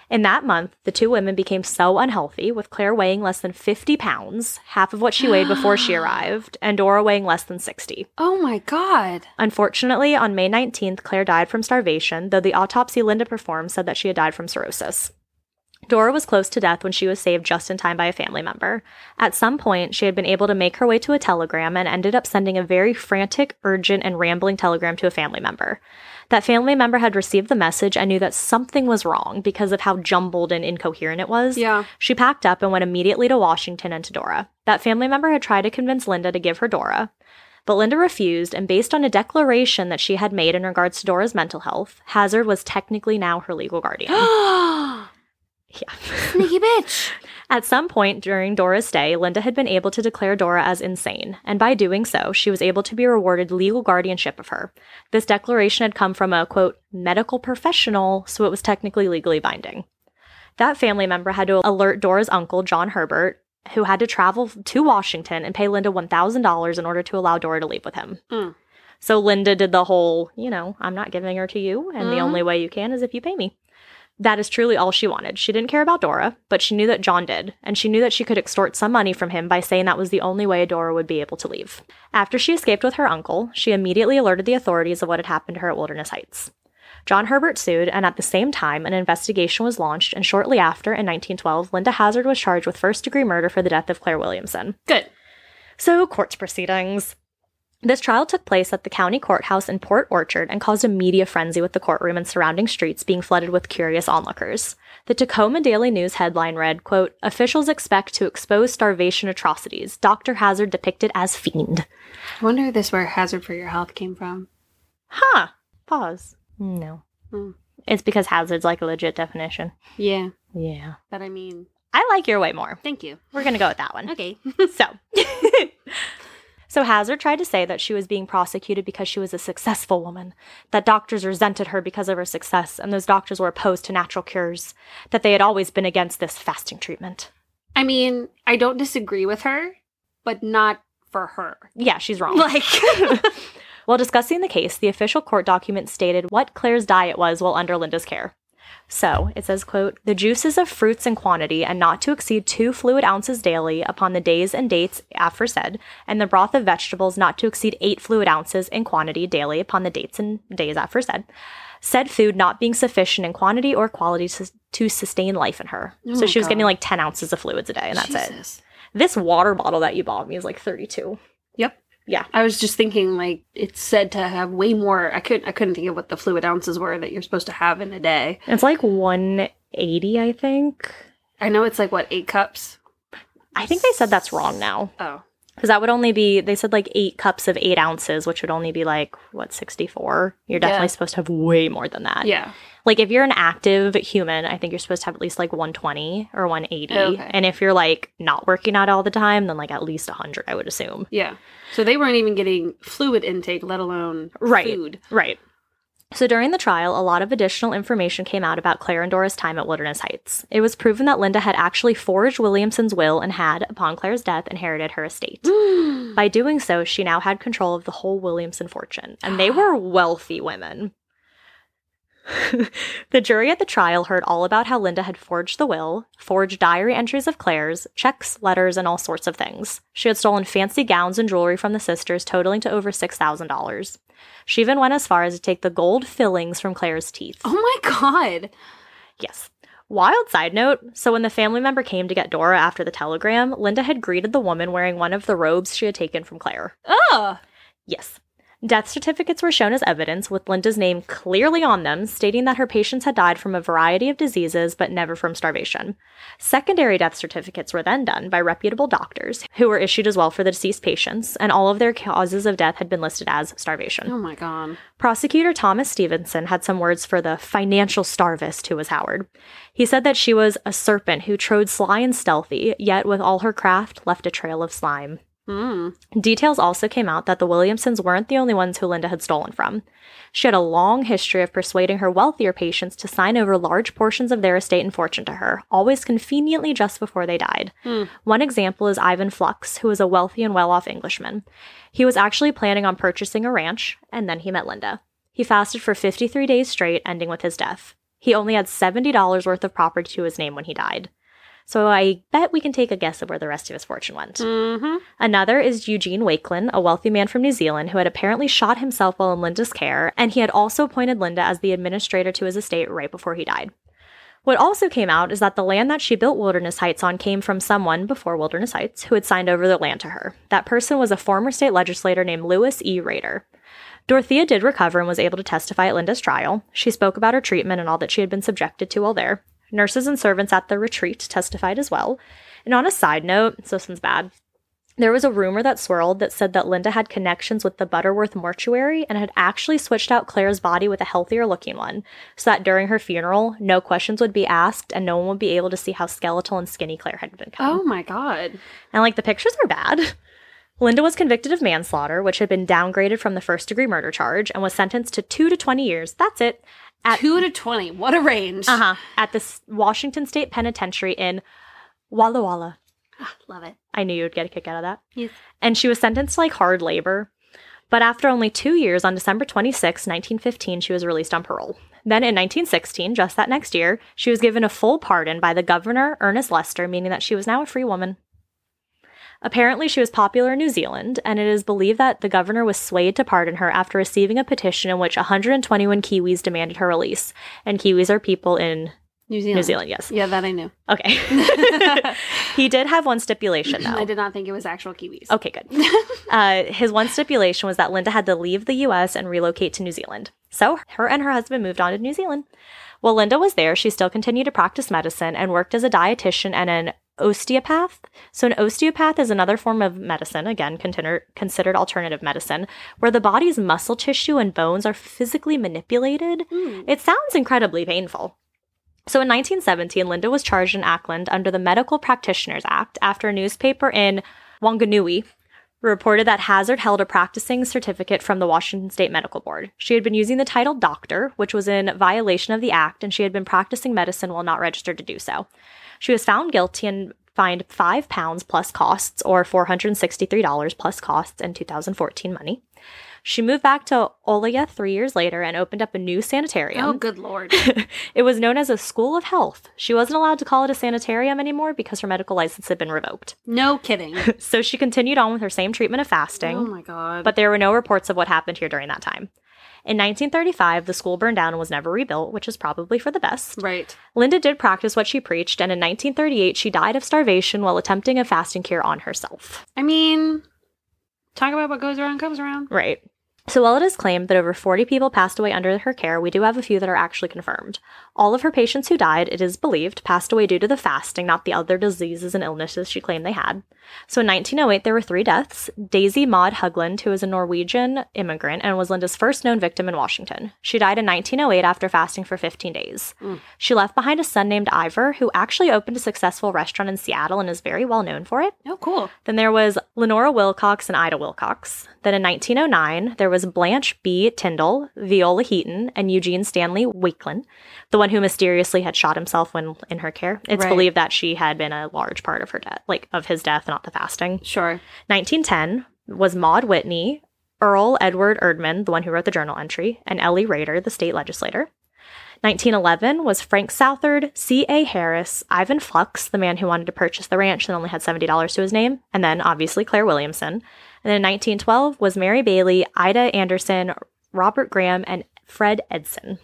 S1: In that month, the two women became so unhealthy, with Claire weighing less than 50 pounds, half of what she weighed before she arrived, and Dora weighing less than 60.
S2: oh my god.
S1: Unfortunately, on May 19th, Claire died from starvation, though the autopsy Linda performed said that she had died from cirrhosis. Dora was close to death when she was saved just in time by a family member. At some point, she had been able to make her way to a telegram and ended up sending a very frantic, urgent, and rambling telegram to a family member. That family member had received the message and knew that something was wrong because of how jumbled and incoherent it was.
S2: Yeah.
S1: She packed up and went immediately to Washington and to Dora. That family member had tried to convince Linda to give her Dora. But Linda refused, and based on a declaration that she had made in regards to Dora's mental health, Hazard was technically now her legal guardian. yeah.
S2: Sneaky bitch.
S1: At some point during Dora's stay, Linda had been able to declare Dora as insane, and by doing so, she was able to be rewarded legal guardianship of her. This declaration had come from a, quote, medical professional, so it was technically legally binding. That family member had to alert Dora's uncle, John Herbert, who had to travel to Washington and pay Linda $1,000 in order to allow Dora to leave with him.
S2: Mm.
S1: So Linda did the whole, you know, I'm not giving her to you, and the
S2: Mhm.
S1: only way you can is if you pay me. That is truly all she wanted. She didn't care about Dora, but she knew that John did, and she knew that she could extort some money from him by saying that was the only way Dora would be able to leave. After she escaped with her uncle, she immediately alerted the authorities of what had happened to her at Wilderness Heights. John Herbert sued, and at the same time, an investigation was launched, and shortly after, in 1912, Linda Hazard was charged with first degree murder for the death of Claire Williamson.
S2: Good.
S1: So, courts proceedings. This trial took place at the county courthouse in Port Orchard and caused a media frenzy with the courtroom and surrounding streets being flooded with curious onlookers. The Tacoma Daily News headline read, quote, Officials expect to expose starvation atrocities. Dr. Hazard depicted as fiend.
S2: I wonder if this where hazard for your health came from.
S1: Huh. Pause. No.
S2: Hmm.
S1: It's because hazard's like a legit definition.
S2: Yeah.
S1: Yeah.
S2: But I mean,
S1: I like your way more.
S2: thank you.
S1: We're going to go with that one.
S2: Okay.
S1: so so hazard tried to say that she was being prosecuted because she was a successful woman that doctors resented her because of her success and those doctors were opposed to natural cures that they had always been against this fasting treatment
S2: I mean, I don't disagree with her, but not for her.
S1: yeah she's wrong
S2: Like,
S1: While discussing the case, the official court document stated what Claire's diet was while under Linda's care. So it says, quote, the juices of fruits in quantity and not to exceed two fluid ounces daily upon the days and dates aforesaid, and the broth of vegetables not to exceed eight fluid ounces in quantity daily upon the dates and days aforesaid. Said food not being sufficient in quantity or quality to, to sustain life in her.
S2: Oh
S1: so
S2: my
S1: she was
S2: God.
S1: getting like 10 ounces of fluids a day, and that's it.
S2: Jesus.
S1: This water bottle that you bought me is like 32.
S2: Yep.
S1: Yeah.
S2: I was just thinking, like, it's said to have way more. I couldn't. I couldn't think of what the fluid ounces were that you're supposed to have in a day.
S1: It's like 180, I think.
S2: I know it's like what eight cups.
S1: I think they said that's wrong now
S2: Oh,
S1: because that would only be they said like eight cups of eight ounces, which would only be like what sixty four. You're
S2: Yeah.
S1: definitely supposed to have way more than that.
S2: yeah.
S1: Like if you're an active human, I think you're supposed to have at least like one twenty or one eighty.
S2: Oh, Okay.
S1: And if you're like not working out all the time, then like at least hundred, I would assume.
S2: Yeah. So they weren't even getting fluid intake, let alone
S1: Right.
S2: food.
S1: Right. So during the trial, a lot of additional information came out about Claire and Dora's time at Wilderness Heights. It was proven that Linda had actually forged Williamson's will and had, upon Claire's death, inherited her estate.
S2: Oh
S1: By doing so, she now had control of the whole Williamson fortune, and they were wealthy women. the jury at the trial heard all about how Linda had forged the will, forged diary entries of Claire's, checks, letters, and all sorts of things. She had stolen fancy gowns and jewelry from the sisters, totaling to over $6,000. She even went as far as to take the gold fillings from Claire's teeth.
S2: oh my god.
S1: Yes. Wild side note so, when the family member came to get Dora after the telegram, Linda had greeted the woman wearing one of the robes she had taken from Claire.
S2: Ugh.
S1: Yes. Death certificates were shown as evidence with Linda's name clearly on them, stating that her patients had died from a variety of diseases but never from starvation. Secondary death certificates were then done by reputable doctors who were issued as well for the deceased patients, and all of their causes of death had been listed as starvation.
S2: Oh my god.
S1: Prosecutor Thomas Stevenson had some words for the financial starvist who was Howard. He said that she was a serpent who trode sly and stealthy, yet with all her craft left a trail of slime.
S2: Mm.
S1: Details also came out that the Williamsons weren't the only ones who Linda had stolen from. She had a long history of persuading her wealthier patients to sign over large portions of their estate and fortune to her, always conveniently just before they died.
S2: Hmm.
S1: One example is Ivan Flux, who was a wealthy and well off Englishman. He was actually planning on purchasing a ranch, and then he met Linda. He fasted for 53 days straight, ending with his death. He only had $70 worth of property to his name when he died. So I bet we can take a guess at where the rest of his fortune went.
S2: Mm-hmm.
S1: Another is Eugene Wakelin, a wealthy man from New Zealand who had apparently shot himself while in Linda's care, and he had also appointed Linda as the administrator to his estate right before he died. What also came out is that the land that she built Wilderness Heights on came from someone before Wilderness Heights who had signed over the land to her. That person was a former state legislator named Lewis E. Rader. Dorothea did recover and was able to testify at Linda's trial. She spoke about her treatment and all that she had been subjected to while there. Nurses and servants at the retreat testified as well. And on a side note, so this one's bad. There was a rumor that swirled that said that Linda had connections with the Butterworth mortuary and had actually switched out Claire's body with a healthier looking one, so that during her funeral, no questions would be asked and no one would be able to see how skeletal and skinny Claire had become.
S2: Oh my god.
S1: And like the pictures are bad. Linda was convicted of manslaughter, which had been downgraded from the first degree murder charge, and was sentenced to two to 20 years. That's it. At,
S2: Two to twenty. What a range.
S1: uh-huh, at the S- Washington State Penitentiary in Walla Walla.
S2: Ah, Love it.
S1: I knew you would get a kick out of that.
S2: Yes.
S1: And she was sentenced to like hard labor. But after only two years, on December 26, 1915, she was released on parole. Then in 1916, just that next year, she was given a full pardon by the governor, Ernest Lester, meaning that she was now a free woman. Apparently, she was popular in New Zealand, and it is believed that the governor was swayed to pardon her after receiving a petition in which 121 Kiwis demanded her release. And Kiwis are people in
S2: New Zealand.
S1: New Zealand, yes.
S2: Yeah, that I knew.
S1: Okay. he did have one stipulation, though.
S2: I did not think it was actual Kiwis.
S1: Okay, good. uh, his one stipulation was that Linda had to leave the US and relocate to New Zealand. So her and her husband moved on to New Zealand. While Linda was there, she still continued to practice medicine and worked as a dietitian and an osteopath. So, an osteopath is another form of medicine, again, consider- considered alternative medicine, where the body's muscle tissue and bones are physically manipulated. It sounds incredibly painful. So in 1917, Linda was charged in Ackland under the Medical Practitioners Act after a newspaper in Wanganui reported that Hazard held a practicing certificate from the Washington State Medical Board. She had been using the title doctor, which was in violation of the act, and she had been practicing medicine while not registered to do so. She was found guilty and fined 5 pounds plus costs or $463 plus costs in 2014 money. She moved back to Olia 3 years later and opened up a new sanitarium.
S2: Oh, good lord.
S1: It was known as a school of health. She wasn't allowed to call it a sanitarium anymore because her medical license had been revoked.
S2: No kidding.
S1: So she continued on with her same treatment of fasting,
S2: Oh my god.
S1: but there were no reports of what happened here during that time. In 1935, the school burned down and was never rebuilt, which is probably for the best.
S2: right.
S1: Linda did practice what she preached, and in 1938, she died of starvation while attempting a fasting cure on herself.
S2: I mean, talk about what goes around comes around.
S1: Right. So while it is claimed that over 40 people passed away under her care, we do have a few that are actually confirmed. All of her patients who died, it is believed, passed away due to the fasting, not the other diseases and illnesses she claimed they had. So in 1908, there were three deaths. Daisy Maud Hugland, who was a Norwegian immigrant and was Linda's first known victim in Washington. She died in 1908 after fasting for 15 days. She left behind a son named Ivor, who actually opened a successful restaurant in Seattle and is very well known for it.
S2: Oh, cool.
S1: Then there was Lenora Wilcox and Ida Wilcox. Then in 1909, there was Blanche B. Tyndall, Viola Heaton, and Eugene Stanley Wakelin, the one who mysteriously had shot himself when in her care. It's
S2: Right.
S1: believed that she had been a large part of her death, like of his death, not the fasting.
S2: Sure.
S1: 1910 was Maud Whitney, Earl Edward Erdman, the one who wrote the journal entry, and Ellie Rader, the state legislator. 1911 was Frank Southard, C.A. Harris, Ivan Flux, the man who wanted to purchase the ranch and only had $70 to his name, and then obviously Claire Williamson. And then in 1912 was Mary Bailey, Ida Anderson, Robert Graham, and Fred Edson.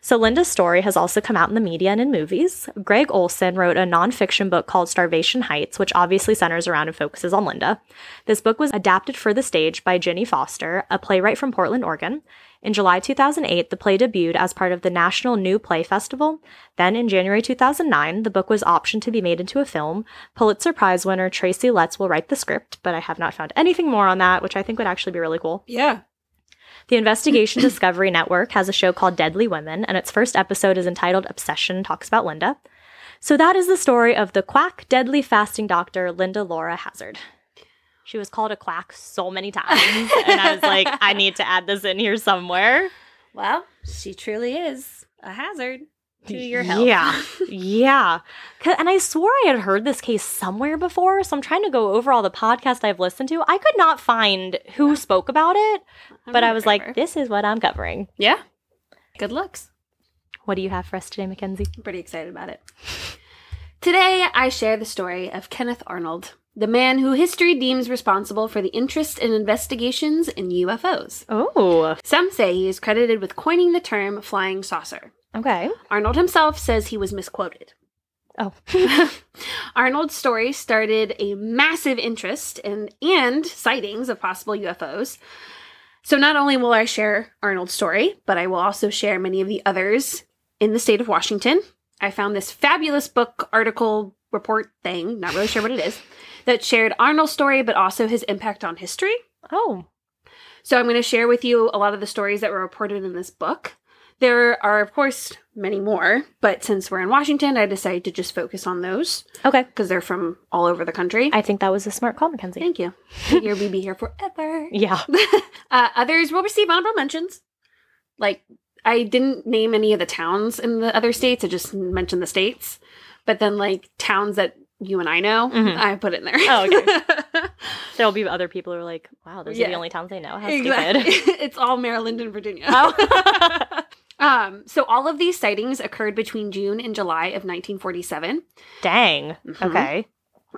S1: So Linda's story has also come out in the media and in movies. Greg Olson wrote a nonfiction book called Starvation Heights, which obviously centers around and focuses on Linda. This book was adapted for the stage by Jenny Foster, a playwright from Portland, Oregon. In July 2008, the play debuted as part of the National New Play Festival. Then in January 2009, the book was optioned to be made into a film. Pulitzer Prize winner Tracy Letts will write the script, but I have not found anything more on that, which I think would actually be really cool.
S2: Yeah.
S1: The Investigation Discovery Network has a show called Deadly Women, and its first episode is entitled Obsession Talks About Linda. So that is the story of the quack deadly fasting doctor, Linda Laura Hazard. She was called a quack so many times, and I was like, I need to add this in here somewhere.
S2: Well, she truly is a hazard to your health.
S1: Yeah. Yeah. 'Cause- And I swore I had heard this case somewhere before. So I'm trying to go over all the podcasts I've listened to. I could not find who spoke about it, but I was like, this is what I'm covering.
S2: yeah. Good looks.
S1: What do you have for us today, Mackenzie?
S2: I'm pretty excited about it. Today, I share the story of Kenneth Arnold, the man who history deems responsible for the interest in investigations in UFOs.
S1: Oh,
S2: Some say he is credited with coining the term flying saucer.
S1: okay.
S2: Arnold himself says he was misquoted.
S1: Oh,
S2: Arnold's story started a massive interest in and sightings of possible UFOs. So not only will I share Arnold's story, but I will also share many of the others in the state of Washington. I found this fabulous book, article, report thing, not really sure what it is, that shared Arnold's story, but also his impact on history.
S1: Oh.
S2: So I'm going to share with you a lot of the stories that were reported in this book. There are, of course, many more, but since we're in Washington, I decided to just focus on those
S1: Okay.
S2: because they're from all over the country.
S1: I think that was a smart call, Mackenzie.
S2: Thank you. Here we be here forever.
S1: Yeah.
S2: uh, others will receive honorable mentions. Like I didn't name any of the towns in the other states; I just mentioned the states. But then, like towns that you and I know,
S1: Mhm.
S2: I put in there.
S1: Oh, There'll be other people who are like, wow, those are the
S2: Yeah.
S1: only towns they know. How
S2: exactly.
S1: stupid.
S2: it's all Maryland and Virginia.
S1: Oh.
S2: um. So all of these sightings occurred between June and July of 1947.
S1: Dang.
S2: Mhm.
S1: Mm-hmm. Okay.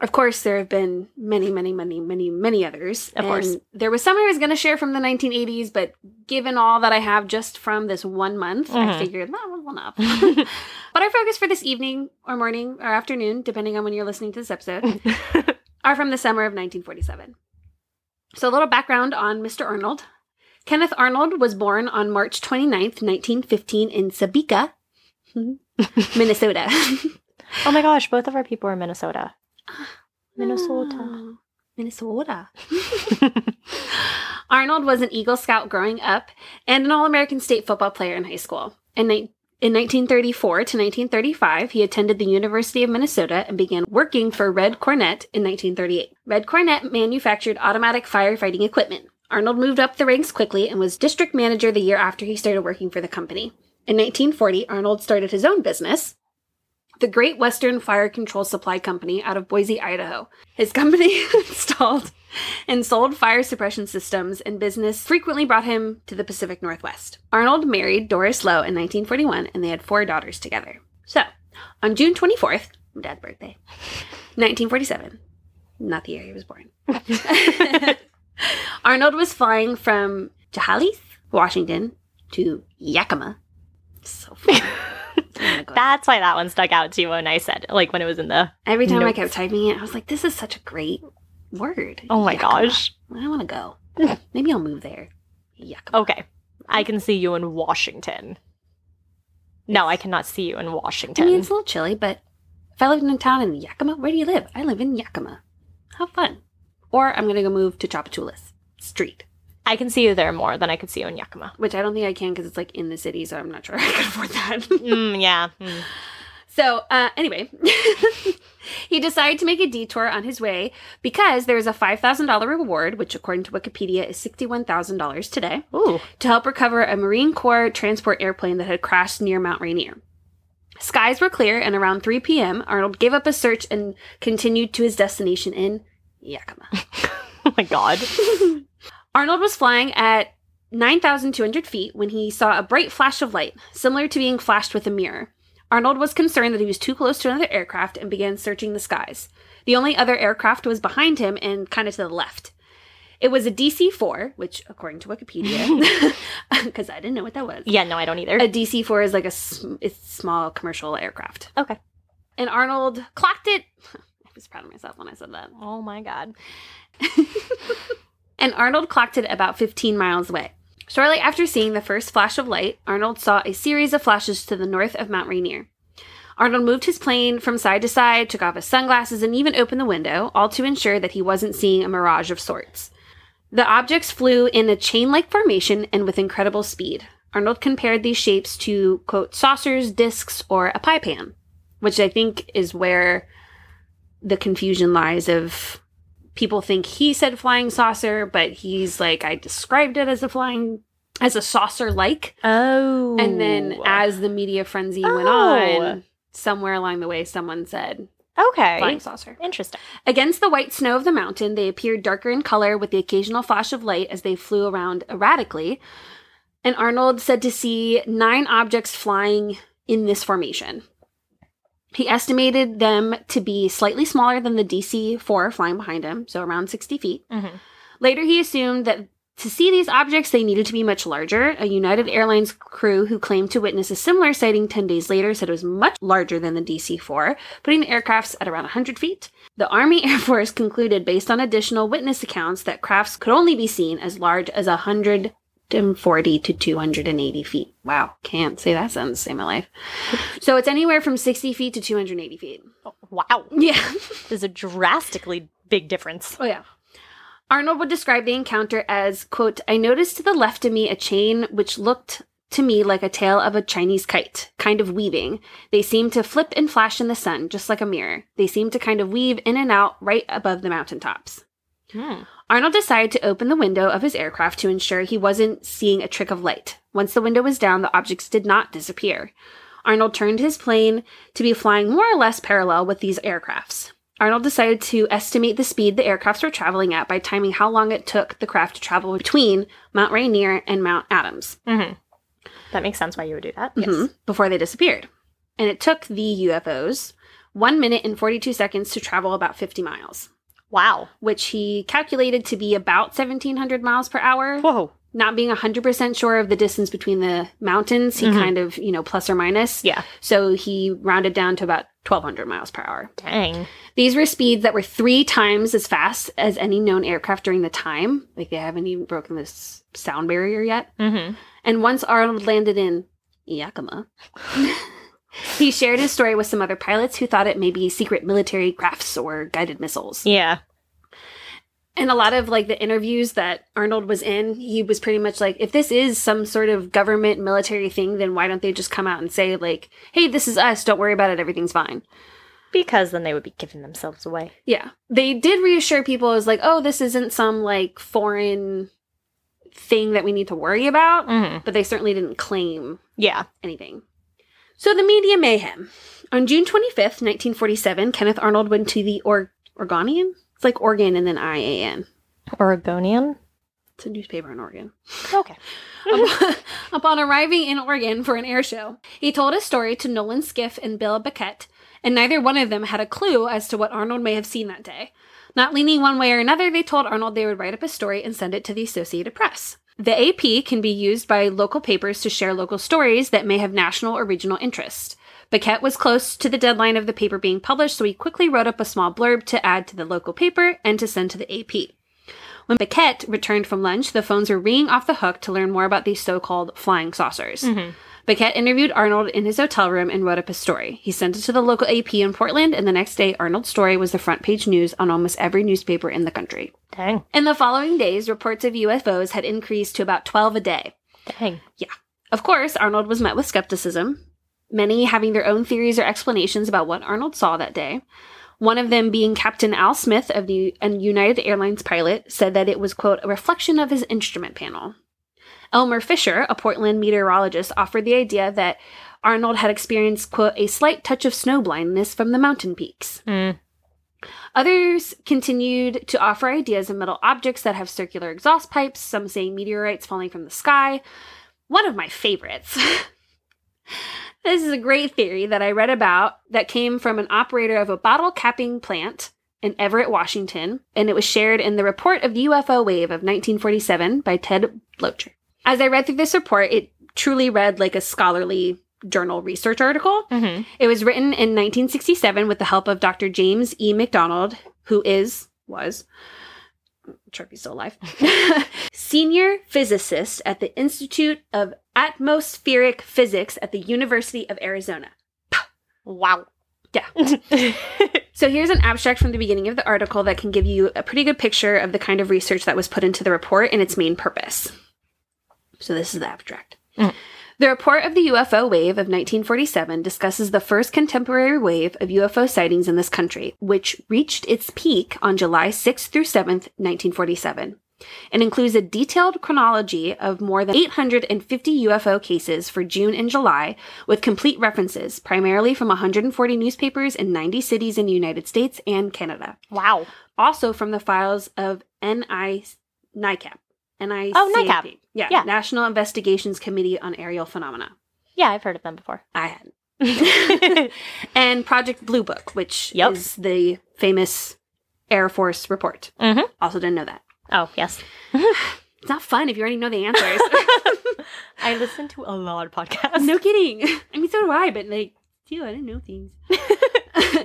S2: Of course, there have been many, many, many, many, many others.
S1: Of course.
S2: And There was some I was going to share from the 1980s, but given all that I have just from this one month,
S1: Mhm.
S2: I figured that was enough. but our focus for this evening or morning or afternoon, depending on when you're listening to this episode, are from the summer of 1947. So, a little background on Mr. Arnold. Kenneth Arnold was born on March 29th, 1915, in Sabika,
S1: Mm-hmm.
S2: Minnesota.
S1: oh my gosh, both of our people are in Minnesota. Minnesota.
S2: Ah, Minnesota. Arnold was an Eagle Scout growing up and an All American state football player in high school. In, ni- in 1934 to 1935, he attended the University of Minnesota and began working for Red Cornet in 1938. Red Cornet manufactured automatic firefighting equipment. Arnold moved up the ranks quickly and was district manager the year after he started working for the company. In 1940, Arnold started his own business, the Great Western Fire Control Supply Company out of Boise, Idaho. His company installed and sold fire suppression systems, and business frequently brought him to the Pacific Northwest. Arnold married Doris Lowe in 1941, and they had four daughters together. So, on June 24th, my dad's birthday, 1947, not the year he was born, Arnold was flying from Chehalis, Washington, to Yakima. So funny. Oh my God.
S1: That's why that one stuck out to you when I said, like, when it was in the.
S2: Every time I
S1: Notes.
S2: kept typing it, I was like, this is such a great word.
S1: Oh my
S2: Yakima.
S1: gosh.
S2: I want to go. Maybe I'll move there. Yuck.
S1: Okay. I can see you in Washington. No, I cannot see you in
S2: I
S1: Washington.
S2: mean, it's a little chilly, but if I lived in a town in Yakima, where do you live? I live in Yakima. How fun. Or I'm going to go move to Chapachulas Street,
S1: I can see you there more than I could see you in Yakima.
S2: which I don't think I can because it's like in the city, so I'm not sure I could afford that.
S1: Mm, yeah. Mm.
S2: So, uh, anyway, he decided to make a detour on his way because there is a $5,000 reward, which according to Wikipedia is $61,000 today,
S1: Ooh.
S2: to help recover a Marine Corps transport airplane that had crashed near Mount Rainier. Skies were clear, and around 3 p.m., Arnold gave up his search and continued to his destination in Yakima.
S1: Oh my god.
S2: Arnold was flying at 9,200 feet when he saw a bright flash of light, similar to being flashed with a mirror. Arnold was concerned that he was too close to another aircraft and began searching the skies. The only other aircraft was behind him and kind of to the left. It was a DC 4, which, according to Wikipedia, because I didn't know what that was,
S1: Yeah, no, I don't either.
S2: a DC 4 is like a sm- it's small commercial aircraft.
S1: Okay.
S2: And Arnold clocked it. I was proud of myself when I said that.
S1: Oh my god.
S2: and Arnold clocked it about 15 miles away. Shortly after seeing the first flash of light, Arnold saw a series of flashes to the north of Mount Rainier. Arnold moved his plane from side to side, took off his sunglasses, and even opened the window, all to ensure that he wasn't seeing a mirage of sorts. The objects flew in a chain like formation and with incredible speed. Arnold compared these shapes to, quote, saucers, discs, or a pie pan, which I think is where the confusion lies of people think he said flying saucer, but he's like, I described it as a flying, as a saucer like.
S1: Oh.
S2: And then as the media frenzy went
S1: Oh.
S2: on, somewhere along the way, someone said
S1: Okay.
S2: flying saucer.
S1: Interesting.
S2: Against the white snow of the mountain, they appeared darker in color with the occasional flash of light as they flew around erratically. And Arnold said to see nine objects flying in this formation. He estimated them to be slightly smaller than the DC 4 flying behind him, so around 60 feet.
S1: Mm-hmm.
S2: Later, he assumed that to see these objects, they needed to be much larger. A United Airlines crew who claimed to witness a similar sighting 10 days later said it was much larger than the DC 4, putting the aircrafts at around 100 feet. The Army Air Force concluded, based on additional witness accounts, that crafts could only be seen as large as 100 140 to 280 feet. Wow, can't say that sentence in my life. So it's anywhere from 60 feet to 280 feet.
S1: Wow.
S2: Yeah.
S1: There's a drastically big difference.
S2: Oh, yeah. Arnold would describe the encounter as, quote, I noticed to the left of me a chain which looked to me like a tail of a Chinese kite, kind of weaving. They seemed to flip and flash in the sun, just like a mirror. They seemed to kind of weave in and out right above the mountaintops.
S1: Hmm.
S2: Arnold decided to open the window of his aircraft to ensure he wasn't seeing a trick of light. Once the window was down, the objects did not disappear. Arnold turned his plane to be flying more or less parallel with these aircrafts. Arnold decided to estimate the speed the aircrafts were traveling at by timing how long it took the craft to travel between Mount Rainier and Mount Adams
S1: Mm-hmm. That makes sense why you would do that.
S2: mhm, before they disappeared. And it took the UFOs one minute and 42 seconds to travel about 50 miles,
S1: Wow.
S2: which he calculated to be about 1,700 miles per hour.
S1: Whoa.
S2: Not being 100% sure of the distance between the mountains, he
S1: Mhm.
S2: kind of, you know, plus or minus.
S1: Yeah.
S2: So he rounded down to about 1,200 miles per hour.
S1: Dang.
S2: These were speeds that were three times as fast as any known aircraft during the time. Like they haven't even broken this sound barrier yet.
S1: Mm-hmm.
S2: And once Arnold landed in Yakima, he shared his story with some other pilots who thought it may be secret military crafts or guided missiles.
S1: Yeah.
S2: And a lot of like the interviews that Arnold was in, he was pretty much like, if this is some sort of government military thing, then why don't they just come out and say, like, hey, this is us, don't worry about it, everything's fine.
S1: Because then they would be giving themselves away.
S2: Yeah. They did reassure people as like, oh, this isn't some like foreign thing that we need to worry about,
S1: Mm-hmm.
S2: but they certainly didn't claim
S1: Yeah.
S2: anything. So the media mayhem. On June 25th, 1947, Kenneth Arnold went to the or- Oregonian. It's like Oregon and then IAN.
S1: Oregonian.
S2: It's a newspaper in Oregon.
S1: Okay.
S2: Upon- Upon arriving in Oregon for an air show, he told his story to Nolan Skiff and Bill Baquette, and neither one of them had a clue as to what Arnold may have seen that day. Not leaning one way or another, they told Arnold they would write up a story and send it to the Associated Press. The AP can be used by local papers to share local stories that may have national or regional interest. Baquette was close to the deadline of the paper being published, so he quickly wrote up a small blurb to add to the local paper and to send to the AP. When Paquette returned from lunch, the phones were ringing off the hook to learn more about these so called flying saucers. Paquette interviewed Arnold in his hotel room and wrote up a story. He sent it to the local AP in Portland, and the next day, Arnold's story was the front page news on almost every newspaper in the country.
S1: Dang.
S2: In the following days, reports of UFOs had increased to about 12 a day.
S1: Dang.
S2: Of course, Arnold was met with skepticism, many having their own theories or explanations about what Arnold saw that day. One of them being Captain Al Smith of the and United Airlines pilot said that it was, quote, a reflection of his instrument panel. Elmer Fisher, a Portland meteorologist, offered the idea that Arnold had experienced, quote, a slight touch of snow blindness from the mountain peaks.
S1: Mm.
S2: Others continued to offer ideas of metal objects that have circular exhaust pipes, some saying meteorites falling from the sky. One of my favorites. this is a great theory that I read about that came from an operator of a bottle capping plant in Everett, Washington, and it was shared in the report of the UFO wave of 1947 by Ted Blocher. As I read through this report, it truly read like a scholarly journal research article.
S1: Mm-hmm.
S2: It was written in 1967 with the help of Dr. James E. McDonald, who is, was, I'm sure if he's still alive, senior physicist at the Institute of Atmospheric Physics at the University of Arizona.
S1: Wow.
S2: Yeah.
S1: mm-hmm.
S2: So here's an abstract from the beginning of the article that can give you a pretty good picture of the kind of research that was put into the report and its main purpose. So this is the abstract.
S1: Mm.
S2: The report of the UFO wave of 1947 discusses the first contemporary wave of UFO sightings in this country, which reached its peak on July 6th through 7th, 1947. It includes a detailed chronology of more than 850 UFO cases for June and July, with complete references, primarily from 140 newspapers in 90 cities in the United States and Canada.
S1: Wow.
S2: Also from the files of NI NICAP. NICAP.
S1: Oh, NICAP.
S2: Yeah,
S1: Yeah.
S2: National Investigations Committee on Aerial Phenomena.
S1: Yeah, I've heard of them before.
S2: I had. and Project Blue Book, which
S1: Yep.
S2: is the famous Air Force report.
S1: Mhm.
S2: Also didn't know that.
S1: oh, yes.
S2: It's not fun if you already know the answers.
S1: I listen to a lot of podcasts.
S2: no kidding. I mean, so do I, but like, dude, I didn't know things.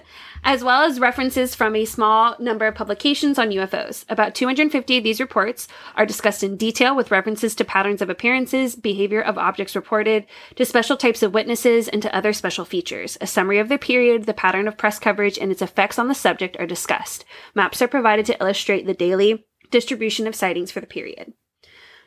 S2: as well as references from a small number of publications on UFOs. About 250 of these reports are discussed in detail with references to patterns of appearances, behavior of objects reported, to special types of witnesses, and to other special features. A summary of the period, the pattern of press coverage, and its effects on the subject are discussed. Maps are provided to illustrate the daily distribution of sightings for the period.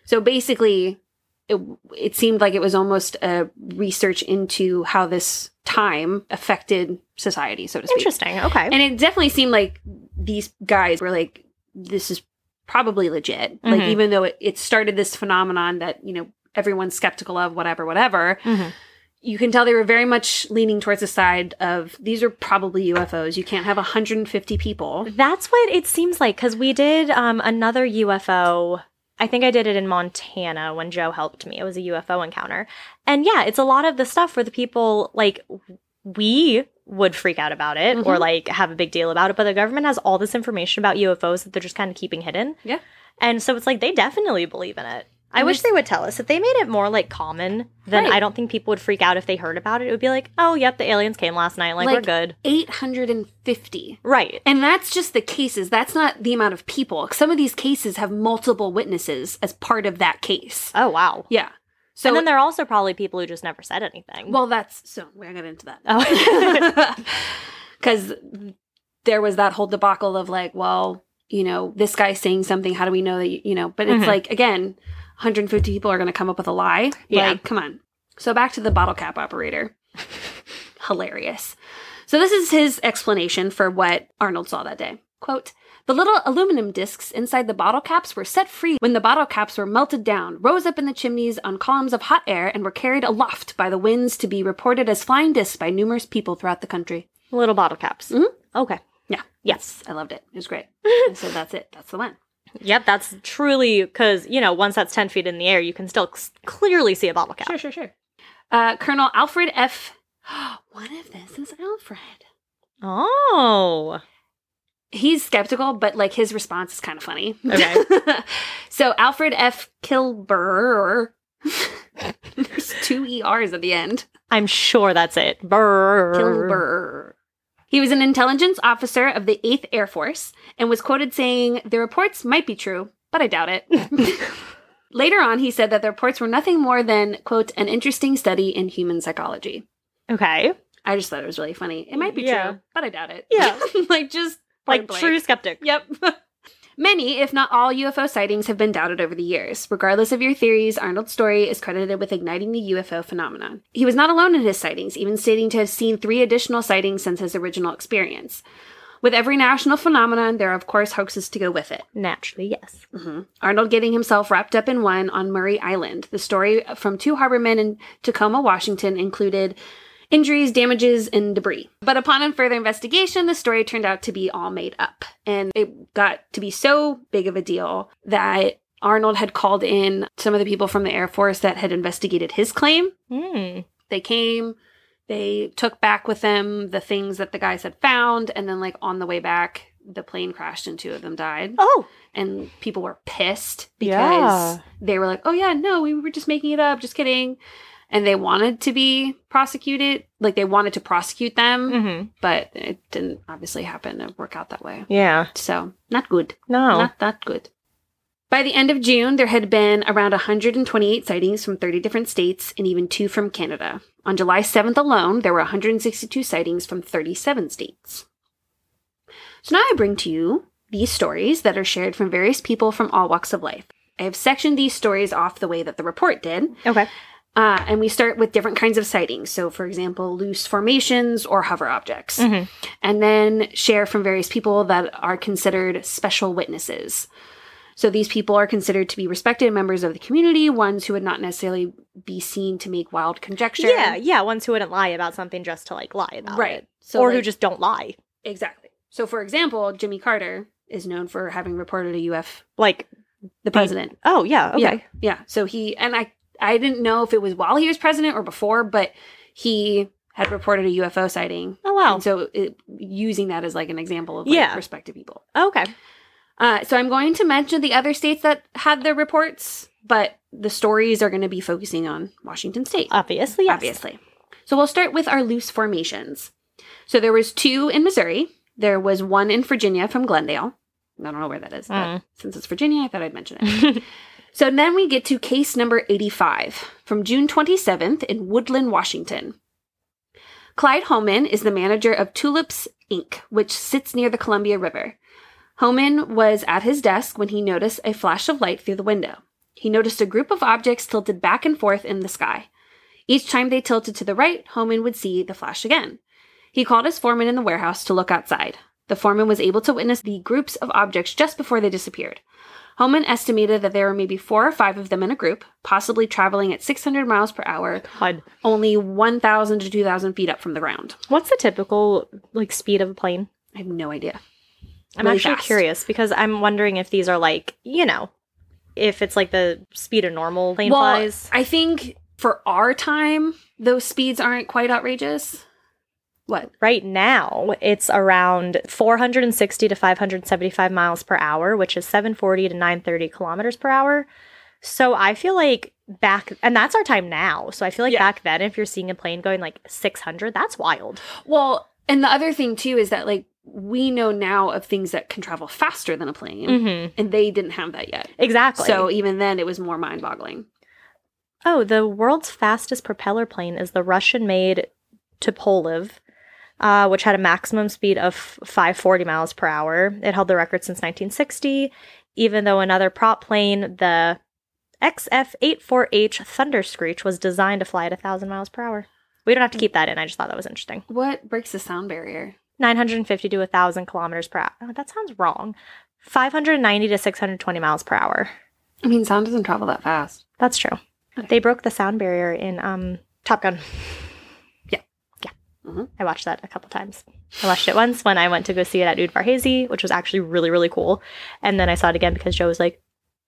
S2: So basically, it, it seemed like it was almost a research into how this time affected society, so to speak.
S1: Interesting. Okay.
S2: And it definitely seemed like these guys were like, this is probably legit. Like,
S1: Mhm.
S2: even though it, it started this phenomenon that, you know, everyone's skeptical of, whatever, whatever,
S1: Mhm.
S2: you can tell they were very much leaning towards the side of these are probably UFOs. You can't have 150 people.
S1: That's what it seems like because we did um, another UFO. I think I did it in Montana when Joe helped me. It was a UFO encounter. And yeah, it's a lot of the stuff where the people, like, w- we would freak out about it or
S2: Mhm.
S1: like have a big deal about it. But the government has all this information about UFOs that they're just kind of keeping hidden.
S2: Yeah.
S1: And so it's like they definitely believe in it. I
S2: And
S1: wish they would tell us. If they made it more like common, then
S2: Right.
S1: I don't think people would freak out if they heard about it. It would be like, oh, yep, the aliens came last night. Like, we're
S2: Like-
S1: good.
S2: 850.
S1: Right.
S2: And that's just the cases. That's not the amount of people. Some of these cases have multiple witnesses as part of that case.
S1: Oh, wow.
S2: Yeah. So
S1: and then there are also probably people who just never said anything.
S2: Well, that's so we're gonna get into that.
S1: Oh.
S2: Because there was that whole debacle of like, well, you know, this guy's saying something. How do we know that you, you know? But it's
S1: Mhm.
S2: like again, 150 people are gonna come up with a lie.
S1: Yeah.
S2: Like, come on. So back to the bottle cap operator. Hilarious. So this is his explanation for what Arnold saw that day. Quote. The little aluminum discs inside the bottle caps were set free when the bottle caps were melted down, rose up in the chimneys on columns of hot air, and were carried aloft by the winds to be reported as flying discs by numerous people throughout the country.
S1: little bottle caps.
S2: Mhm.
S1: Okay.
S2: Yeah.
S1: Yes.
S2: I loved it. It was great. I said, that's it. That's the one.
S1: Yep. That's truly because you know once that's ten feet in the air, you can still c- clearly see a bottle cap.
S2: sure, sure. Uh, Colonel Alfred F. One of this is Alfred.
S1: Oh.
S2: He's skeptical, but like his response is kind of funny.
S1: Okay.
S2: so Alfred F. Kilber. There's two ERs at the end.
S1: I'm sure that's it. Brrr.
S2: Kilber. He was an intelligence officer of the 8th Air Force and was quoted saying, The reports might be true, but I doubt it. Later on, he said that the reports were nothing more than, quote, an interesting study in human psychology.
S1: Okay.
S2: I just thought it was really funny. It might be
S1: Yeah.
S2: true, but I doubt it.
S1: Yeah.
S2: like, just
S1: Like
S2: blank.
S1: true skeptic.
S2: Yep. Many, if not all, UFO sightings have been doubted over the years. Regardless of your theories, Arnold's story is credited with igniting the UFO phenomenon. He was not alone in his sightings, even stating to have seen three additional sightings since his original experience. With every national phenomenon, there are, of course, hoaxes to go with it.
S1: Naturally, yes.
S2: Mhm. Arnold getting himself wrapped up in one on Murray Island. The story from two harbormen in Tacoma, Washington included injuries, damages, and debris. But upon further investigation, the story turned out to be all made up. And it got to be so big of a deal that Arnold had called in some of the people from the Air Force that had investigated his claim.
S1: Hmm.
S2: They came, they took back with them the things that the guys had found, and then, like, on the way back, the plane crashed and two of them died
S1: Oh.
S2: and people were pissed
S1: Yeah.
S2: because they were like, "Oh yeah, no, we were just making it up, just kidding." And they wanted to be prosecuted, like they wanted to prosecute them,
S1: Mm-hmm.
S2: but it didn't obviously happen to work out that way.
S1: Yeah.
S2: So, not good.
S1: No.
S2: Not that good. By the end of June, there had been around 128 sightings from 30 different states and even two from Canada. On July 7th alone, there were 162 sightings from 37 states. So now I bring to you these stories that are shared from various people from all walks of life. I have sectioned these stories off the way that the report did,
S1: okay.
S2: uh, and we start with different kinds of sightings. So, for example, loose formations or hover objects
S1: Mhm.
S2: and then share from various people that are considered special witnesses. So these people are considered to be respected members of the community, ones who would not necessarily be seen to make wild conjecture.
S1: Yeah. Yeah. Ones who wouldn't lie about something just to like lie about
S2: right.
S1: it, or who
S2: like-
S1: just don't lie.
S2: exactly. So for example, Jimmy Carter is known for having reported a UF
S1: Like.
S2: the president.
S1: Oh yeah. Okay.
S2: Yeah. Yeah. So he and I I didn't know if it was while he was president or before, but he had reported a UFO sighting.
S1: Oh wow.
S2: And so it, using that as like an example of like,
S1: Yeah.
S2: respected people.
S1: Okay.
S2: Uh, so I'm going to mention the other states that had their reports, but the stories are going to be focusing on Washington State,
S1: Obviously. Uh, Yes.
S2: obviously. So we'll start with our loose formations. So there was two in Missouri. There was one in Virginia from Glendale. I don't know where that is, but
S1: Mm.
S2: since it's Virginia, I thought I'd mention it. so then we get to case number 85 from June 27th in Woodland, Washington. Clyde Homan is the manager of Tulips Inc., which sits near the Columbia River. Homan was at his desk when he noticed a flash of light through the window. He noticed a group of objects tilted back and forth in the sky. Each time they tilted to the right, Homan would see the flash again. He called his foreman in the warehouse to look outside. The foreman was able to witness the groups of objects just before they disappeared. Homan estimated that there were maybe four or five of them in a group, possibly traveling at 600 miles per hour,
S1: God.
S2: only 1,000 to 2,000 feet up from the ground.
S1: What's the typical like speed of a plane?
S2: I have no idea.
S1: I'm
S2: Really
S1: actually
S2: fast.
S1: curious because I'm wondering if these are like, you know, if it's like the speed of normal plane
S2: well,
S1: flies.
S2: I think for our time, those speeds aren't quite outrageous. What?
S1: Right now, it's around 460 to 575 miles per hour, which is 740 to 930 kilometers per hour. So I feel like back, and that's our time now. So I feel like
S2: Yeah.
S1: back then, if you're seeing a plane going like 600, that's wild.
S2: Well, and the other thing too is that like we know now of things that can travel faster than a plane,
S1: Mm-hmm.
S2: and they didn't have that yet.
S1: Exactly.
S2: So even then, it was more mind boggling.
S1: Oh, the world's fastest propeller plane is the Russian made Tupolev, uh, which had a maximum speed of 540 miles per hour. It held the record since 1960, even though another prop plane, the XF 84H Thunder Screech, was designed to fly at 1,000 miles per hour. We don't have to keep that in. I just thought that was interesting.
S2: What breaks the sound barrier?
S1: 950 to 1,000 kilometers per hour. Oh, that sounds wrong. 590 to 620 miles per hour.
S2: I mean, sound doesn't travel that fast.
S1: That's true.
S2: Okay.
S1: They broke the sound barrier in um, Top Gun.
S2: Yeah.
S1: Yeah.
S2: Mhm.
S1: I watched that a couple times. I watched it once when I went to go see it at Udvarhazy, which was actually really, really cool. And then I saw it again because Joe was like,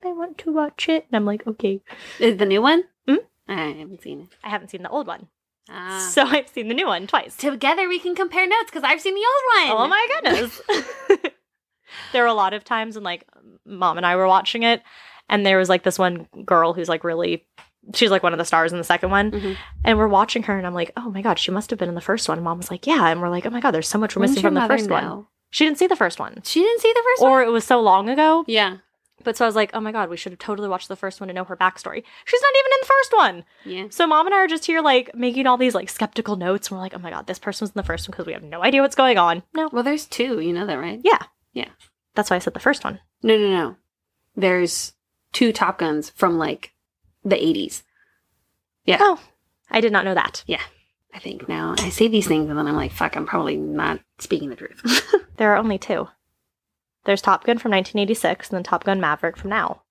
S1: I want to watch it. And I'm like, okay.
S2: Is the new one?
S1: Mm.
S2: I haven't seen it.
S1: I haven't seen the old one.
S2: Ah.
S1: So I've seen the new one twice.
S2: Together we can compare notes because I've seen the old one.
S1: Oh my goodness. there were a lot of times when like mom and I were watching it and there was like this one girl who's like really she's like one of the stars in the second one
S2: Mhm.
S1: and we're watching her and I'm like, "Oh my god, she must have been in the first one." And Mom was like, "Yeah." And we're like, "Oh my god, there's so much we're
S2: When's
S1: missing
S2: your
S1: from the
S2: mother
S1: first one."
S2: know?
S1: She didn't see the first one.
S2: She didn't see the first one.
S1: Or it was so long ago.
S2: Yeah.
S1: But so I was like, oh my God, we should have totally watched the first one to know her backstory. She's not even in the first one.
S2: Yeah.
S1: So mom and I are just here, like, making all these, like, skeptical notes. And we're like, oh my God, this person was in the first one because we have no idea what's going on. No.
S2: Well, there's two. You know that, right?
S1: That's why I said the first one.
S2: No, no, no. There's two Top Guns from like the 80s.
S1: Oh, I did not know that.
S2: I think now I say these things and then I'm like, fuck, I'm probably not speaking the truth.
S1: There are only two. There's Top Gun from 1986 and then Top Gun Maverick from now.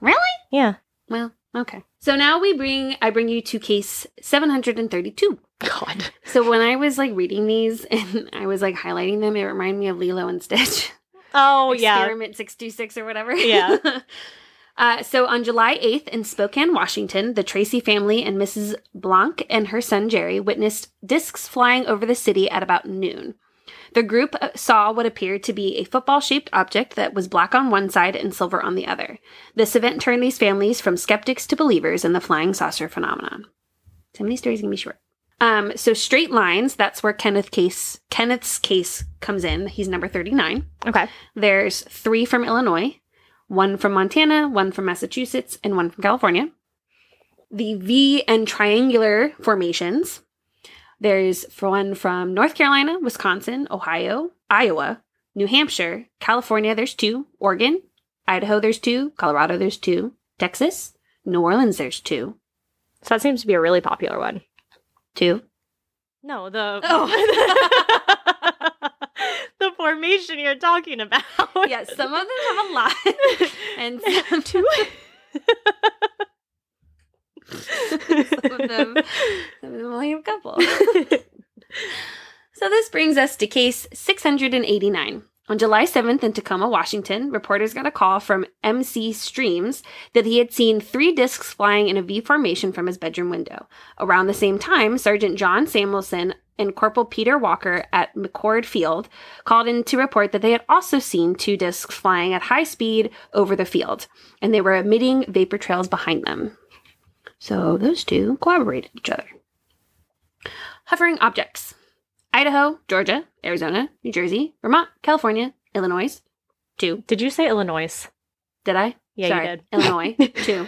S2: Really?
S1: Yeah.
S2: well, okay. So now we bring I bring you to case 732.
S1: God.
S2: So when I was like reading these and I was like highlighting them, it reminded me of Lilo and Stitch.
S1: Oh, yeah.
S2: Experiment 626 or whatever.
S1: Yeah.
S2: Uh, so on July 8th in Spokane, Washington, the Tracy family and Mrs. Blanc and her son Jerry witnessed discs flying over the city at about noon. The group uh, saw what appeared to be a football shaped object that was black on one side and silver on the other. This event turned these families from skeptics to believers in the flying saucer phenomenon. Some of these stories are gonna be short. Um, so straight lines, that's where Kenneth case Kenneth's case comes in. He's number 39.
S1: Okay.
S2: There's three from Illinois, one from Montana, one from Massachusetts, and one from California. The V and triangular formations. There's one from North Carolina, Wisconsin, Ohio, Iowa, New Hampshire, California, there's two, Oregon, Idaho, there's two, Colorado, there's two, Texas, New Orleans, there's two,
S1: So that seems to be a really popular one.
S2: two.
S1: No, the.
S2: Oh.
S1: the formation you're talking about.
S2: Yes, some of them have a lot. and some,
S1: Two.
S2: some of them, some of them only have a couple. So this brings us to case 689. On July 7th in Tacoma, Washington, reporters got a call from MC Streams that he had seen three discs flying in a V formation from his bedroom window. Around the same time, Sergeant John Samuelson and Corporal Peter Walker at McCord Field called in to report that they had also seen two discs flying at high speed over the field, and they were emitting vapor trails behind them. So those two corroborated each other. Hovering objects. Idaho, Georgia, Arizona, New Jersey, Vermont, California, Illinois. Two.
S1: Did you say Illinois?
S2: Did I?
S1: Yeah,
S2: Sorry.
S1: you did.
S2: Illinois. two.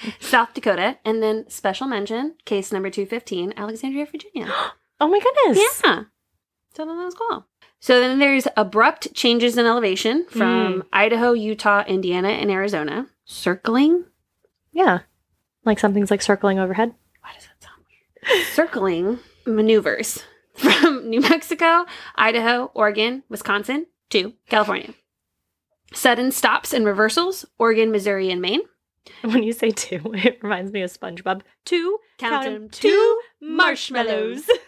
S2: South Dakota. And then special mention, case number 215, Alexandria, Virginia.
S1: Oh my goodness.
S2: Yeah. So then that was cool. So then there's abrupt changes in elevation
S1: Mm.
S2: from Idaho, Utah, Indiana, and Arizona. Circling?
S1: Yeah. Like something's like circling overhead.
S2: Why does that sound weird? Circling maneuvers from New Mexico, Idaho, Oregon, Wisconsin to California. Sudden stops and reversals, Oregon, Missouri, and Maine.
S1: When you say two, it reminds me of SpongeBob. Two,
S2: Count,
S1: Count
S2: 'em,
S1: 'em,
S2: two
S1: marshmallows.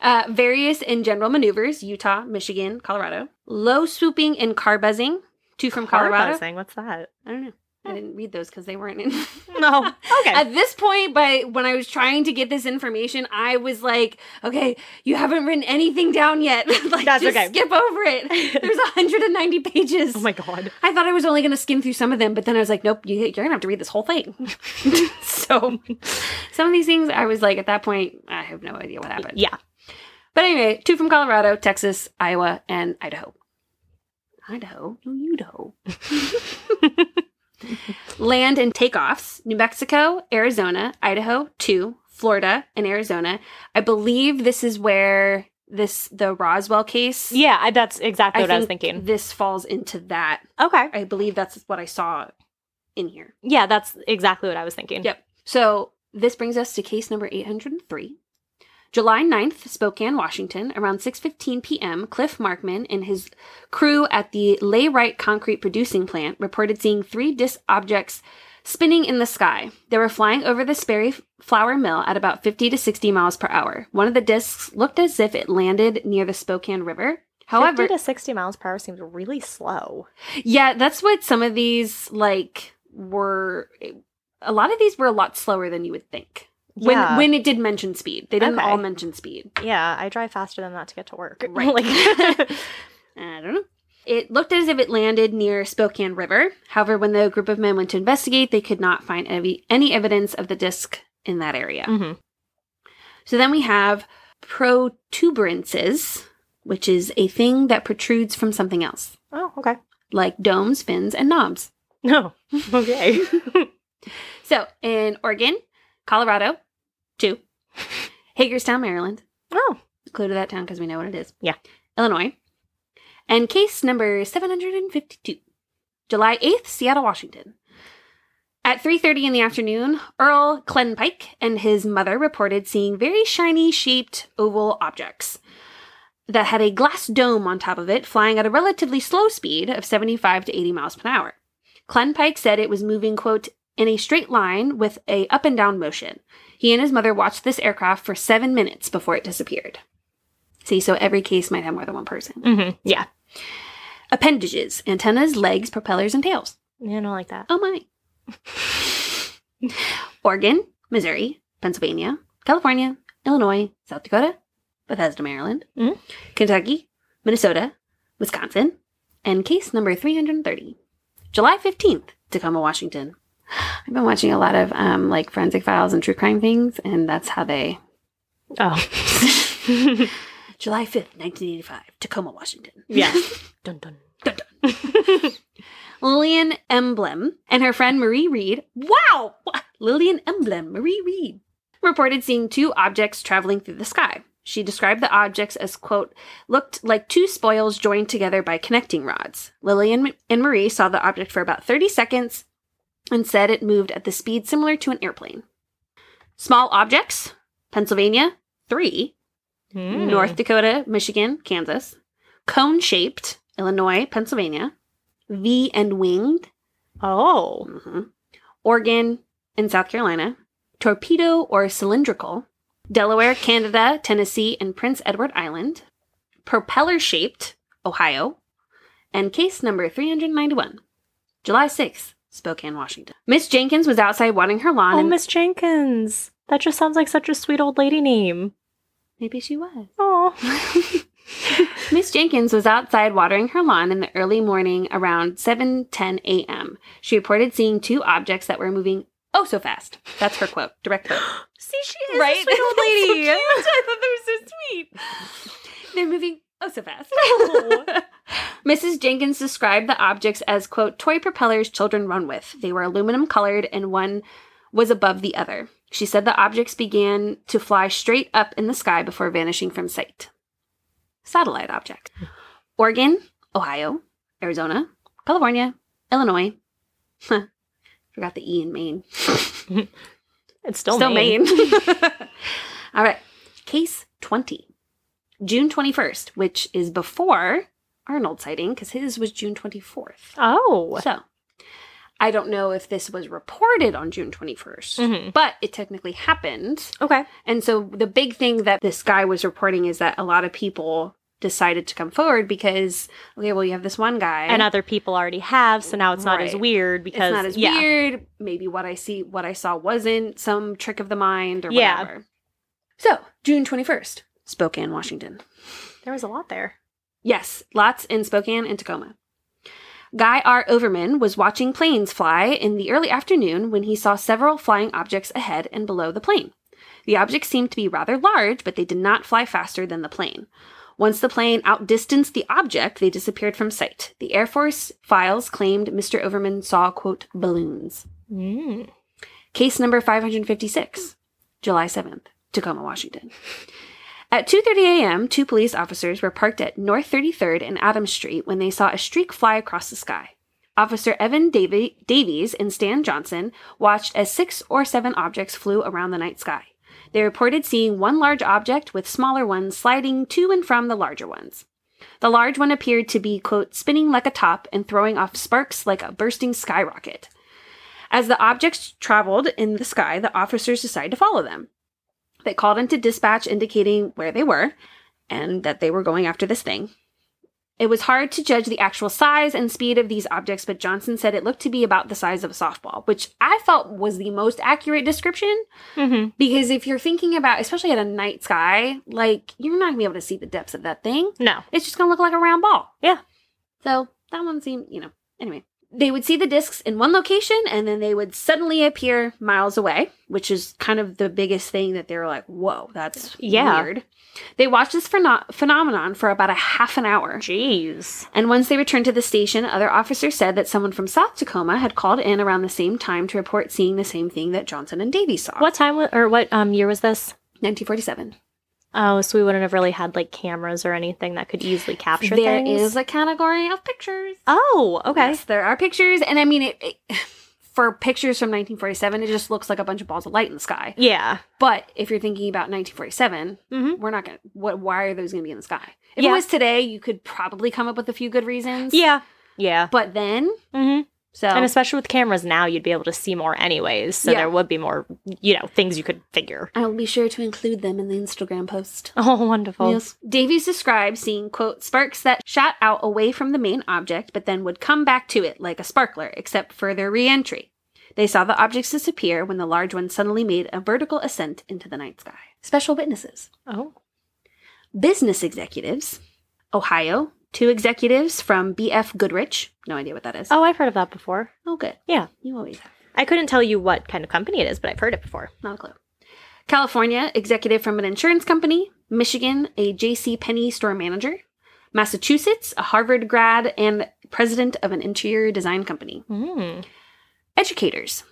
S2: Uh, various and general maneuvers, Utah, Michigan, Colorado. Low swooping and car buzzing, two from Colorado.
S1: Buzzing. What's that?
S2: I don't know. I didn't read those because they weren't in.
S1: No. Okay.
S2: At this point, by when I was trying to get this information, I was like, "Okay, you haven't written anything down yet. like,
S1: That's
S2: just
S1: okay.
S2: skip over it. There's 190 pages.
S1: oh my god.
S2: I thought I was only going to skim through some of them, but then I was like, nope, you, you're going to have to read this whole thing. so some of these things, I was like, at that point, I have no idea what happened.
S1: Yeah.
S2: But anyway, two from Colorado, Texas, Iowa, and Idaho. Idaho? No, Idaho. Land and takeoffs New Mexico, Arizona, Idaho, two, Florida, and Arizona. I believe this is where this, the Roswell case.
S1: Yeah, I, that's exactly what I was
S2: think
S1: thinking.
S2: This falls into that.
S1: Okay.
S2: I believe that's what I saw in here.
S1: Yeah, that's exactly what I was thinking.
S2: Yep. So this brings us to case number 803. July 9th, Spokane, Washington, around 6:15 p.m., Cliff Markman and his crew at the Laywright Concrete Producing Plant reported seeing three disc objects spinning in the sky. They were flying over the Sperry Flour Mill at about 50 to 60 miles per hour. One of the discs looked as if it landed near the Spokane River. However,
S1: 50 to 60 miles per hour seems really slow.
S2: Yeah, that's what some of these like were. A lot of these were a lot slower than you would think. When
S1: yeah.
S2: when it did mention speed, they didn't
S1: Okay.
S2: all mention speed.
S1: yeah, I drive faster than that to get to work.
S2: Right.
S1: like,
S2: I don't know. It looked as if it landed near Spokane River. However, when the group of men went to investigate, they could not find any, any evidence of the disc in that area.
S1: Mhm.
S2: So then we have protuberances, which is a thing that protrudes from something else,
S1: Oh, okay.
S2: like domes, fins, and knobs.
S1: No. Okay.
S2: So in Oregon, Colorado, two, Hagerstown, Maryland.
S1: oh.
S2: Clue to that town because we know what it is.
S1: Yeah.
S2: Illinois. And case number 752, July 8th, Seattle, Washington. At 3:30 in the afternoon, Earl Clenpike and his mother reported seeing very shiny shaped oval objects that had a glass dome on top of it flying at a relatively slow speed of 75 to 80 miles per hour. Clenpike said it was moving quote in a straight line with a up and down motion. He and his mother watched this aircraft for 7 minutes before it disappeared. See, so every case might have more than one person.
S1: Mm-hmm. Yeah.
S2: Appendages, antennas, legs, propellers, and tails.
S1: You don't like that.
S2: Oh my. Oregon, Missouri, Pennsylvania, California, Illinois, South Dakota, Bethesda, Maryland,
S1: Mhm.
S2: Kentucky, Minnesota, Wisconsin, and case number 330. July 15th, Tacoma, Washington. I've been watching a lot of um, like forensic files and true crime things, and that's how they.
S1: Oh.
S2: July 5th, 1985, Tacoma, Washington.
S1: yeah. Dun dun.
S2: Lillian Emblem and her friend Marie Reed. Wow! Lillian Emblem, Marie Reed. Reported seeing two objects traveling through the sky. She described the objects as, quote, looked like two spoils joined together by connecting rods. Lillian and Marie saw the object for about 30 seconds and said it moved at the speed similar to an airplane. Small objects, Pennsylvania, three,
S1: Mm.
S2: North Dakota, Michigan, Kansas. Cone shaped, Illinois, Pennsylvania. V and winged,
S1: Oh.
S2: mhm, Oregon and South Carolina. Torpedo or cylindrical, Delaware, Canada, Tennessee, and Prince Edward Island. Propeller shaped, Ohio. And case number 391, July 6th, Spokane, Washington. Miss Jenkins was outside watering her lawn.
S1: Oh,
S2: and
S1: Miss Jenkins. That just sounds like such a sweet old lady name.
S2: Maybe she was.
S1: Oh.
S2: Miss Jenkins was outside watering her lawn in the early morning around 7:10 a.m. She reported seeing two objects that were moving oh so fast. That's her quote, direct quote.
S1: See, she
S2: Right?
S1: a sweet old
S2: That's so
S1: lady.
S2: cute. I thought that was so oh
S1: was so fast.
S2: Mrs. Jenkins described the objects as, quote, toy propellers children run with. They were aluminum colored and one was above the other. She said the objects began to fly straight up in the sky before vanishing from sight. Satellite object Oregon, Ohio, Arizona, California, Illinois. Huh. Forgot the E in Maine.
S1: It's still,
S2: Still
S1: Maine.
S2: Maine. All right. Case 20. June 21st, which is before Arnold sighting because his was June 24th.
S1: Oh.
S2: So I don't know if this was reported on June 21st,
S1: Mhm.
S2: but it technically happened.
S1: Okay.
S2: And so the big thing that this guy was reporting is that a lot of people decided to come forward because, okay, well, you have this one guy.
S1: And other people already have, so now it's not as
S2: Right.
S1: weird
S2: it's
S1: because
S2: not as
S1: yeah.
S2: weird. Maybe what I see, what I saw wasn't some trick of the mind or
S1: Yeah.
S2: whatever. So, June 21st, Spokane, Washington.
S1: There was a lot there.
S2: Yes, lots in Spokane and Tacoma. Guy R. Overman was watching planes fly in the early afternoon when he saw several flying objects ahead and below the plane. The objects seemed to be rather large, but they did not fly faster than the plane. Once the plane outdistanced the object, they disappeared from sight. The Air Force files claimed Mr. Overman saw, quote, balloons.
S1: Mm.
S2: Case number 556, July 7th, Tacoma, Washington. At 2:30 a.m., two police officers were parked at North 33rd and Adams Street when they saw a streak fly across the sky. Officer Evan Davi- Davies and Stan Johnson watched as six or seven objects flew around the night sky. They reported seeing one large object with smaller ones sliding to and from the larger ones. The large one appeared to be, quote, spinning like a top and throwing off sparks like a bursting skyrocket. As the objects traveled in the sky, the officers decided to follow them. They called into dispatch indicating where they were and that they were going after this thing. It was hard to judge the actual size and speed of these objects, but Johnson said it looked to be about the size of a softball, which I felt was the most accurate description
S1: hmm
S2: because if you're thinking about, especially at a night sky, like you're not gonna be able to see the depths of that thing
S1: No.
S2: it's just gonna look like a round ball.
S1: Yeah.
S2: So that one seemed, you know, anyway. They would see the discs in one location and then they would suddenly appear miles away, which is kind of the biggest thing that they were like, whoa, that's
S1: Yeah.
S2: weird. They watched this pheno- phenomenon for about a half an hour.
S1: Jeez.
S2: And once they returned to the station, other officers said that someone from South Tacoma had called in around the same time to report seeing the same thing that Johnson and Davies saw.
S1: What time wa- or what um year was this?
S2: 1947.
S1: Oh, so we wouldn't have really had like cameras or anything that could easily capture
S2: There
S1: things.
S2: is a category of pictures.
S1: Oh, okay.
S2: Yes, there are pictures, and I mean it, it. For pictures from 1947, it just looks like a bunch of balls of light in the sky.
S1: Yeah.
S2: But if you're thinking about 1947,
S1: Mm-hmm.
S2: we're not gonna. What? Why are those gonna be in the sky? If
S1: Yeah.
S2: it was today, you could probably come up with a few good reasons.
S1: Yeah. Yeah.
S2: But then,
S1: Mm-hmm.
S2: so
S1: And especially with cameras now, you'd be able to see more anyways. So
S2: Yeah.
S1: there would be more, you know, things you could figure.
S2: I'll be sure to include them in the Instagram post.
S1: Oh, wonderful.
S2: Yes. Davies describes seeing, quote, sparks that shot out away from the main object, but then would come back to it like a sparkler, except for their re entry. They saw the objects disappear when the large one suddenly made a vertical ascent into the night sky. Special witnesses
S1: Oh.
S2: business executives, Ohio, two executives from BF Goodrich. No idea what that is.
S1: Oh, I've heard of that before.
S2: oh good.
S1: Yeah.
S2: You always have.
S1: I couldn't tell you what kind of company it is, but I've heard it before.
S2: Not a clue. California, executive from an insurance company. Michigan, a J.C. Penney store manager. Massachusetts, a Harvard grad and president of an interior design company.
S1: Mm.
S2: Educators.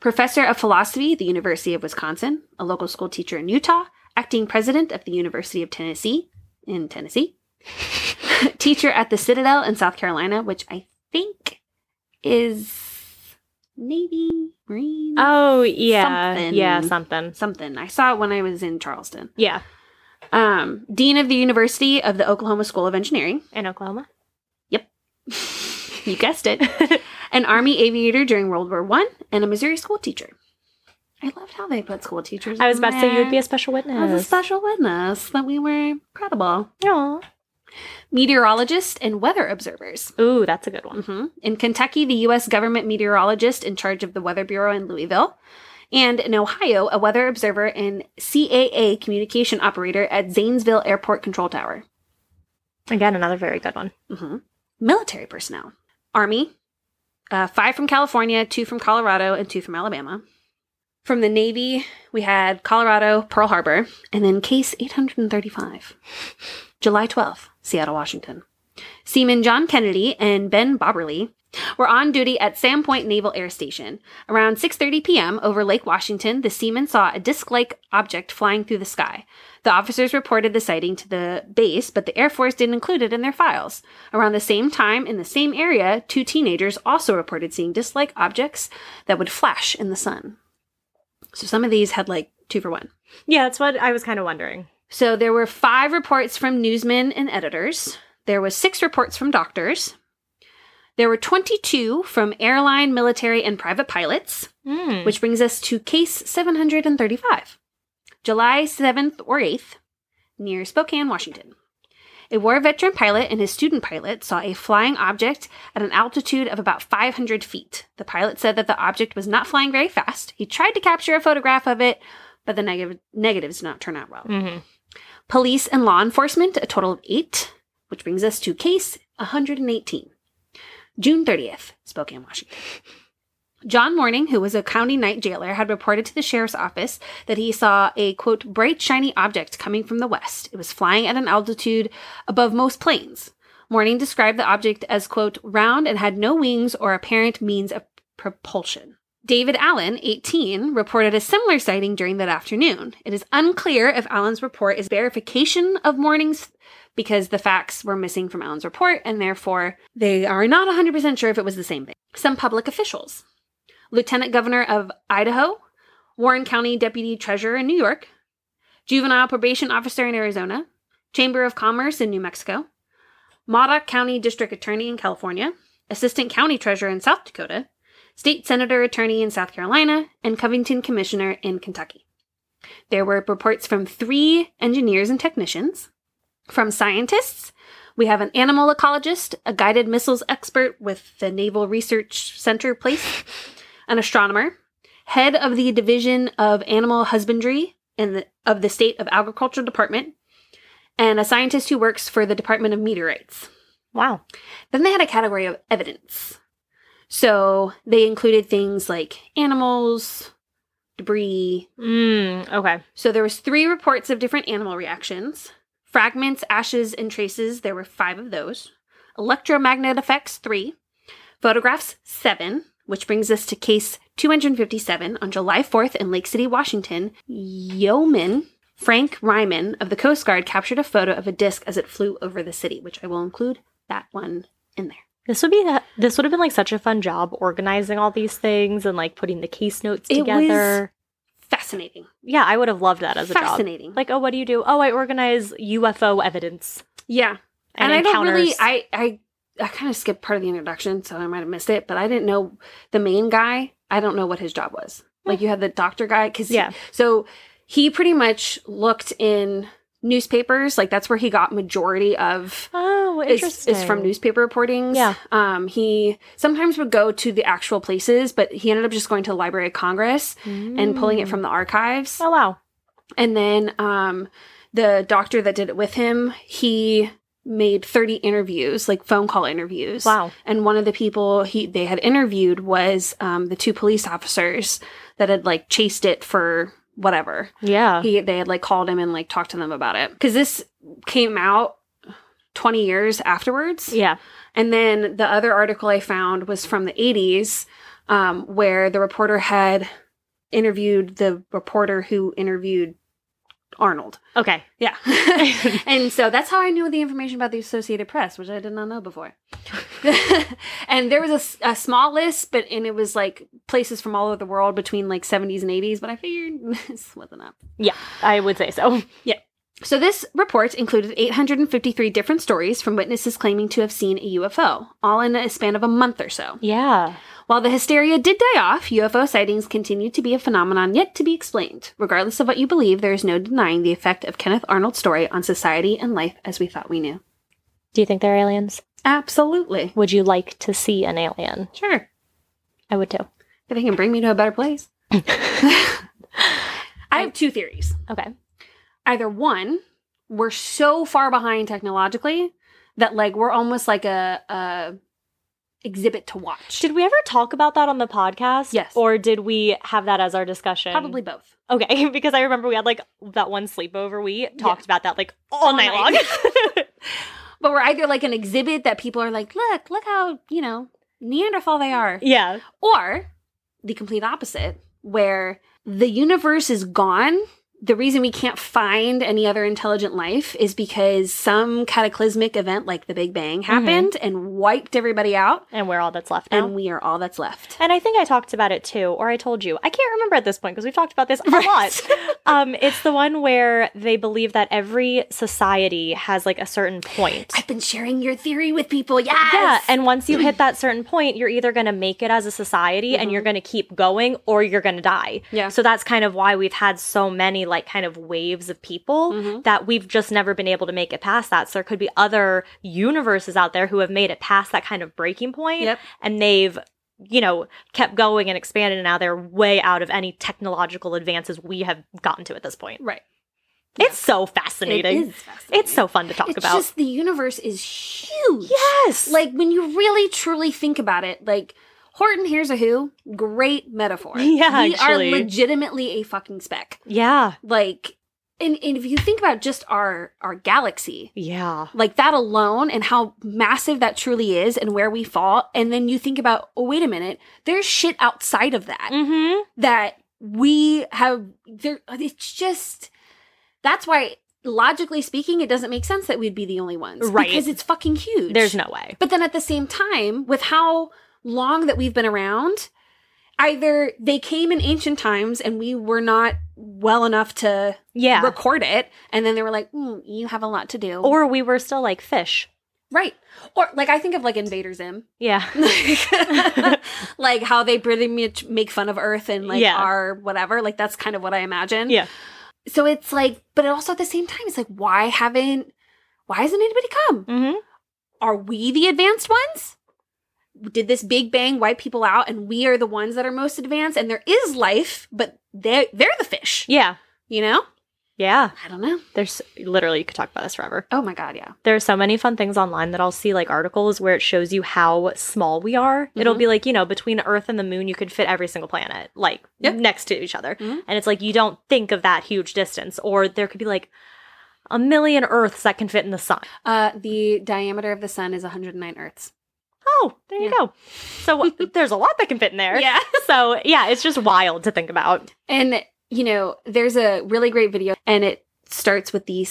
S2: Professor of philosophy at the University of Wisconsin, a local school teacher in Utah, acting president of the University of Tennessee in Tennessee, teacher at the Citadel in South Carolina, which I think is Navy, Marine,
S1: Oh, yeah.
S2: Something.
S1: Yeah, something.
S2: something. I saw it when I was in Charleston.
S1: Yeah.
S2: Um, Dean of the University of the Oklahoma School of Engineering.
S1: In Oklahoma.
S2: You guessed it. An Army aviator during World War One, and a Missouri school teacher. I loved how they put school teachers.
S1: I was about to say you would be a
S2: in
S1: special
S2: there.
S1: witness.
S2: as a special witness that we were credible.
S1: Aw.
S2: Meteorologists and weather observers.
S1: Ooh, that's a good one.
S2: hmm In Kentucky, the U.S. government meteorologist in charge of the Weather Bureau in Louisville. And in Ohio, a weather observer and CAA communication operator at Zanesville Airport Control Tower.
S1: Again, another very good one.
S2: hmm Military personnel Army, uh, five from California, two from Colorado, and two from Alabama. From the Navy, we had Colorado, Pearl Harbor, and then case 835, July 12th, Seattle, Washington. Seaman John Kennedy and Ben Bobberly were on duty at Sandpoint Naval Air Station. Around 6:30 p.m. over Lake Washington, the seamen saw a disc-like object flying through the sky. The officers reported the sighting to the base, but the Air Force didn't include it in their files. Around the same time in the same area, two teenagers also reported seeing disc-like objects that would flash in the sun. So some of these had like two for one.
S1: Yeah, that's what I was kind of wondering.
S2: So there were five reports from newsmen and editors. There was six reports from doctors. There were 22 from airline, military, and private pilots,
S1: Mm.
S2: which brings us to case 735, July 7th or 8th, near Spokane, Washington. A war veteran pilot and his student pilot saw a flying object at an altitude of about 500 feet. The pilot said that the object was not flying very fast. He tried to capture a photograph of it, but the negative negatives did not turn out well
S1: Mhm.
S2: police and law enforcement, a total of eight, which brings us to case 118. June 30th, Spokane, Washington. John Morning, who was a county night jailer, had reported to the sheriff's office that he saw a quote, bright, shiny object coming from the west. It was flying at an altitude above most planes. Morning described the object as quote, round and had no wings or apparent means of propulsion. David Allen, 18, reported a similar sighting during that afternoon. It is unclear if Allen's report is verification of Morning's because the facts were missing from Allen's report and therefore they are not 100% sure if it was the same thing. Some public officials. Lieutenant Governor of Idaho, Warren County Deputy Treasurer in New York, Juvenile Probation Officer in Arizona, Chamber of Commerce in New Mexico, Modoc County District Attorney in California, Assistant County Treasurer in South Dakota, state senator attorney in South Carolina, and Covington commissioner in Kentucky. There were reports from three engineers and technicians, from scientists. We have an animal ecologist, a guided missiles expert with the Naval Research Center place, an astronomer, head of the Division of Animal Husbandry in the, of the State of Agriculture Department, and a scientist who works for the Department of Meteorites.
S1: Wow.
S2: Then they had a category of evidence. So they included things like animals, debris.
S1: Mm, okay.
S2: So there was three reports of different animal reactions. Fragments, ashes, and traces, there were five of those. Electromagnet effects, three. Photographs, seven, which brings us to case 257 on July 4th in Lake City, Washington. Yeoman Frank Ryman of the Coast Guard captured a photo of a disc as it flew over the city, which I will include that one in there.
S1: This would be that. This would have been like such a fun job organizing all these things and like putting the case notes
S2: It was
S1: together.
S2: fascinating.
S1: Yeah, I would have loved that as a job.
S2: fascinating.
S1: Like, oh, what do you do? Oh, I organize UFO evidence
S2: yeah,
S1: and,
S2: and, I don't
S1: encounters.
S2: really. I I I kind of skipped part of the introduction, so I might have missed it. But I didn't know the main guy. I don't know what his job was. Like you had the doctor guy, because
S1: Hmm. yeah.
S2: so he pretty much looked in newspapers. Like that's where he got majority of.
S1: Oh,
S2: Is,
S1: interesting.
S2: is from newspaper reportings.
S1: Yeah.
S2: Um, he sometimes would go to the actual places, but he ended up just going to the Library of Congress and pulling it
S1: Mm.
S2: from the archives.
S1: Oh wow.
S2: And then um, the doctor that did it with him, he made 30 interviews, like phone call interviews.
S1: Wow.
S2: And one of the people he they had interviewed was um, the two police officers that had like chased it for whatever.
S1: Yeah.
S2: He they had like called him and like talked to them about it because this came out 20 years afterwards.
S1: yeah.
S2: And then the other article I found was from the 80s, um, where the reporter had interviewed the reporter who interviewed Arnold.
S1: Okay.
S2: Yeah. and so that's how I knew the information about the Associated Press, which I did not know before. and there was a s- a, small list, but and it was like places from all over the world between like 70s and 80s, but I figured this wasn't up.
S1: I would say so.
S2: So, this report included 853 different stories from witnesses claiming to have seen a UFO, all in a span of a month or so.
S1: Yeah.
S2: While the hysteria did die off, UFO sightings continue to be a phenomenon yet to be explained. Regardless of what you believe, there is no denying the effect of Kenneth Arnold's story on society and life as we thought we knew.
S1: Do you think they're aliens?
S2: Absolutely.
S1: Would you like to see an alien?
S2: Sure.
S1: I would too.
S2: If they can bring me to a better place. I have two theories.
S1: Okay.
S2: Either one, we're so far behind technologically that like we're almost like a, a exhibit to watch.
S1: Did we ever talk about that on the podcast?
S2: Yes.
S1: Or did we have that as our discussion?
S2: Probably both.
S1: Okay, because I remember we had like that one sleepover. We talked about that like all,
S2: All
S1: night,
S2: night.
S1: long.
S2: but we're either like an exhibit that people are like, look, look how, you know, Neanderthal they are.
S1: Yeah.
S2: Or the complete opposite, where the universe is gone. The reason we can't find any other intelligent life is because some cataclysmic event like the Big Bang
S1: Mm-hmm.
S2: happened and wiped everybody out,
S1: And we're all that's left now.
S2: and we are all that's left.
S1: And I think I talked about it too, or I told you. I can't remember at this point because we've talked about this a lot. um, it's the one where they believe that every society has like a certain point.
S2: I've been sharing your theory with people.
S1: Yeah,
S2: Yes.
S1: and once you hit that certain point, you're either going to make it as a society and you're going to keep going or you're going to die.
S2: Mm-hmm. Yeah.
S1: So that's kind of why we've had so many like kind of waves of people
S2: Mm-hmm.
S1: that we've just never been able to make it past that. So there could be other universes out there who have made it past that kind of breaking point
S2: Yep.
S1: and they've you know, kept going and expanded, and now they're way out of any technological advances we have gotten to at this point.
S2: Right.
S1: It's so fascinating.
S2: It is fascinating.
S1: It's so fun to talk
S2: It's
S1: about.
S2: just the universe is huge.
S1: yes.
S2: Like when you really truly think about it, like Horton here's a who, great metaphor.
S1: Yeah,
S2: we
S1: actually.
S2: are legitimately a fucking speck.
S1: yeah.
S2: Like, and, and if you think about just our our galaxy,
S1: Yeah.
S2: like that alone, and how massive that truly is, and where we fall, and then you think about, oh wait a minute, there's shit outside of that
S1: hmm.
S2: that we have. There, it's just that's why. Logically speaking, it doesn't make sense that we'd be the only ones,
S1: Right.
S2: Because it's fucking huge.
S1: There's no way.
S2: But then at the same time, with how long that we've been around, either they came in ancient times and we were not well enough to
S1: Yeah.
S2: record it, and then they were like, mm, "You have a lot to do,"
S1: or we were still like fish.
S2: right, or like I think of like Invader Zim,
S1: Yeah.
S2: like how they pretty much make fun of Earth and like
S1: Yeah.
S2: are whatever. Like that's kind of what I imagine.
S1: Yeah.
S2: So it's like, but also at the same time, it's like, why haven't, why hasn't anybody come?
S1: Mm-hmm.
S2: are we the advanced ones? Did this Big Bang wipe people out and we are the ones that are most advanced and there is life, but they they're the fish.
S1: Yeah.
S2: You know?
S1: Yeah.
S2: I don't know.
S1: There's literally, you could talk about this forever.
S2: Oh my god, yeah.
S1: There are so many fun things online that I'll see, like articles where it shows you how small we are. It'll
S2: Mhm.
S1: be like, you know, between Earth and the moon, you could fit every single planet, like
S2: Yep.
S1: next to each other.
S2: Mhm.
S1: And it's like, you don't think of that huge distance. Or there could be like a million Earths that can fit in the sun.
S2: Uh the diameter of the sun is 109 earths.
S1: Oh, there you
S2: Yeah.
S1: go. So there's a lot that can fit in there.
S2: Yeah.
S1: So yeah, it's just wild to think about.
S2: And you know, there's a really great video and it starts with the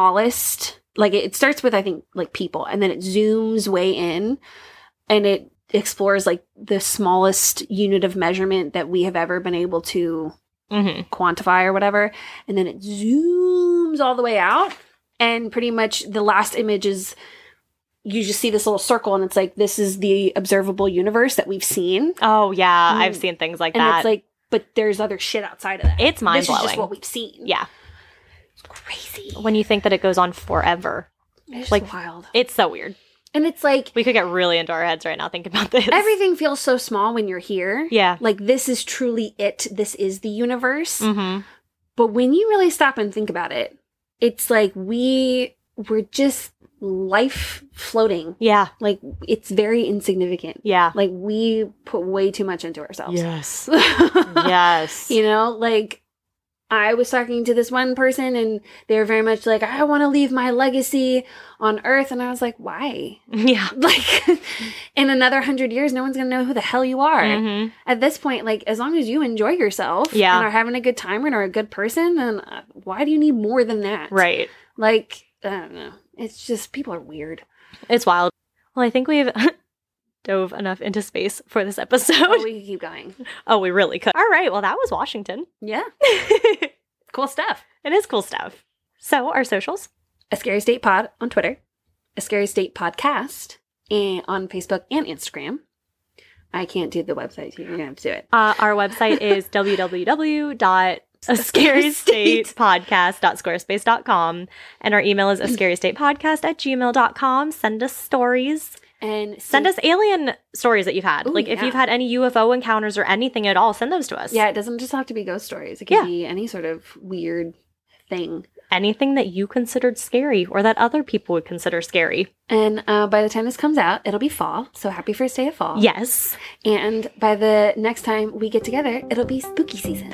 S2: smallest like it starts with I think like people and then it zooms way in and it explores like the smallest unit of measurement that we have ever been able to
S1: Mm-hmm.
S2: quantify or whatever and then it zooms all the way out and pretty much the last image is you just see this little circle and it's like this is the observable universe that we've seen
S1: Oh yeah, I've
S2: Mm.
S1: seen things like
S2: and
S1: that.
S2: it's like but there's other shit outside of that
S1: It's mind
S2: this is just
S1: blowing.
S2: what we've seen
S1: yeah.
S2: It's crazy
S1: When you think that it goes on forever, like-
S2: like wild
S1: it's so weird.
S2: and it's like
S1: We could get really into our heads right now thinking about this.
S2: everything feels so small when you're here
S1: Yeah.
S2: like this is truly it this is the universe
S1: Mm-hmm.
S2: But when you really stop and think about it, it's like we we're just life floating.
S1: Yeah.
S2: Like it's very insignificant.
S1: Yeah.
S2: Like we put way too much into ourselves.
S1: Yes. yes.
S2: you know, like I was talking to this one person and they were very much like, I want to leave my legacy on earth. And I was like, why?
S1: Yeah.
S2: Like in another hundred years, no one's going to know who the hell you are
S1: Mhm.
S2: at this point, like as long as you enjoy yourself
S1: Yeah.
S2: and are having a good time and are a good person, then uh, why do you need more than that?
S1: Right.
S2: Like, I don't know. It's just people are weird.
S1: It's wild. Well, I think we've dove enough into space for this episode.
S2: But we can keep going.
S1: oh, we really could. All right. Well, that was Washington.
S2: Yeah.
S1: it
S2: Cool stuff.
S1: is cool stuff. So our socials.
S2: A Scary State Pod on Twitter, A Scary State Podcast and on Facebook and Instagram. I can't do the website. so You're going to have to do it.
S1: Uh, our website is www. A scary state podcast.squarespace.com and our email is a scary state podcast at gmail.com. Send us stories.
S2: And
S1: Send us alien stories that you've had.
S2: Ooh,
S1: like if
S2: yeah.
S1: you've had any UFO encounters or anything at all, send those to us.
S2: Yeah, it doesn't just have to be ghost stories, it can
S1: Yeah.
S2: be any sort of weird thing.
S1: Anything that you considered scary or that other people would consider scary.
S2: And uh, by the time this comes out, it'll be fall. So happy first day of fall.
S1: Yes.
S2: And by the next time we get together, it'll be spooky season.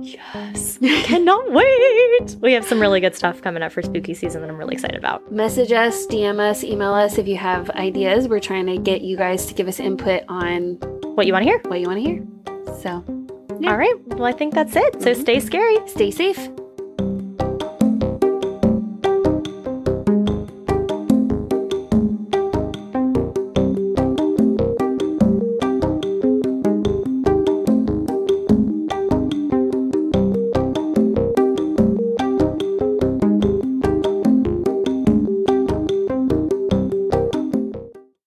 S1: Yes. Cannot wait. We have some really good stuff coming up for spooky season that I'm really excited about.
S2: Message us, DM us, email us if you have ideas. We're trying to get you guys to give us input on
S1: What you want to hear?
S2: what you want to hear. So
S1: All right. Well, I think that's it. So stay scary.
S2: stay safe.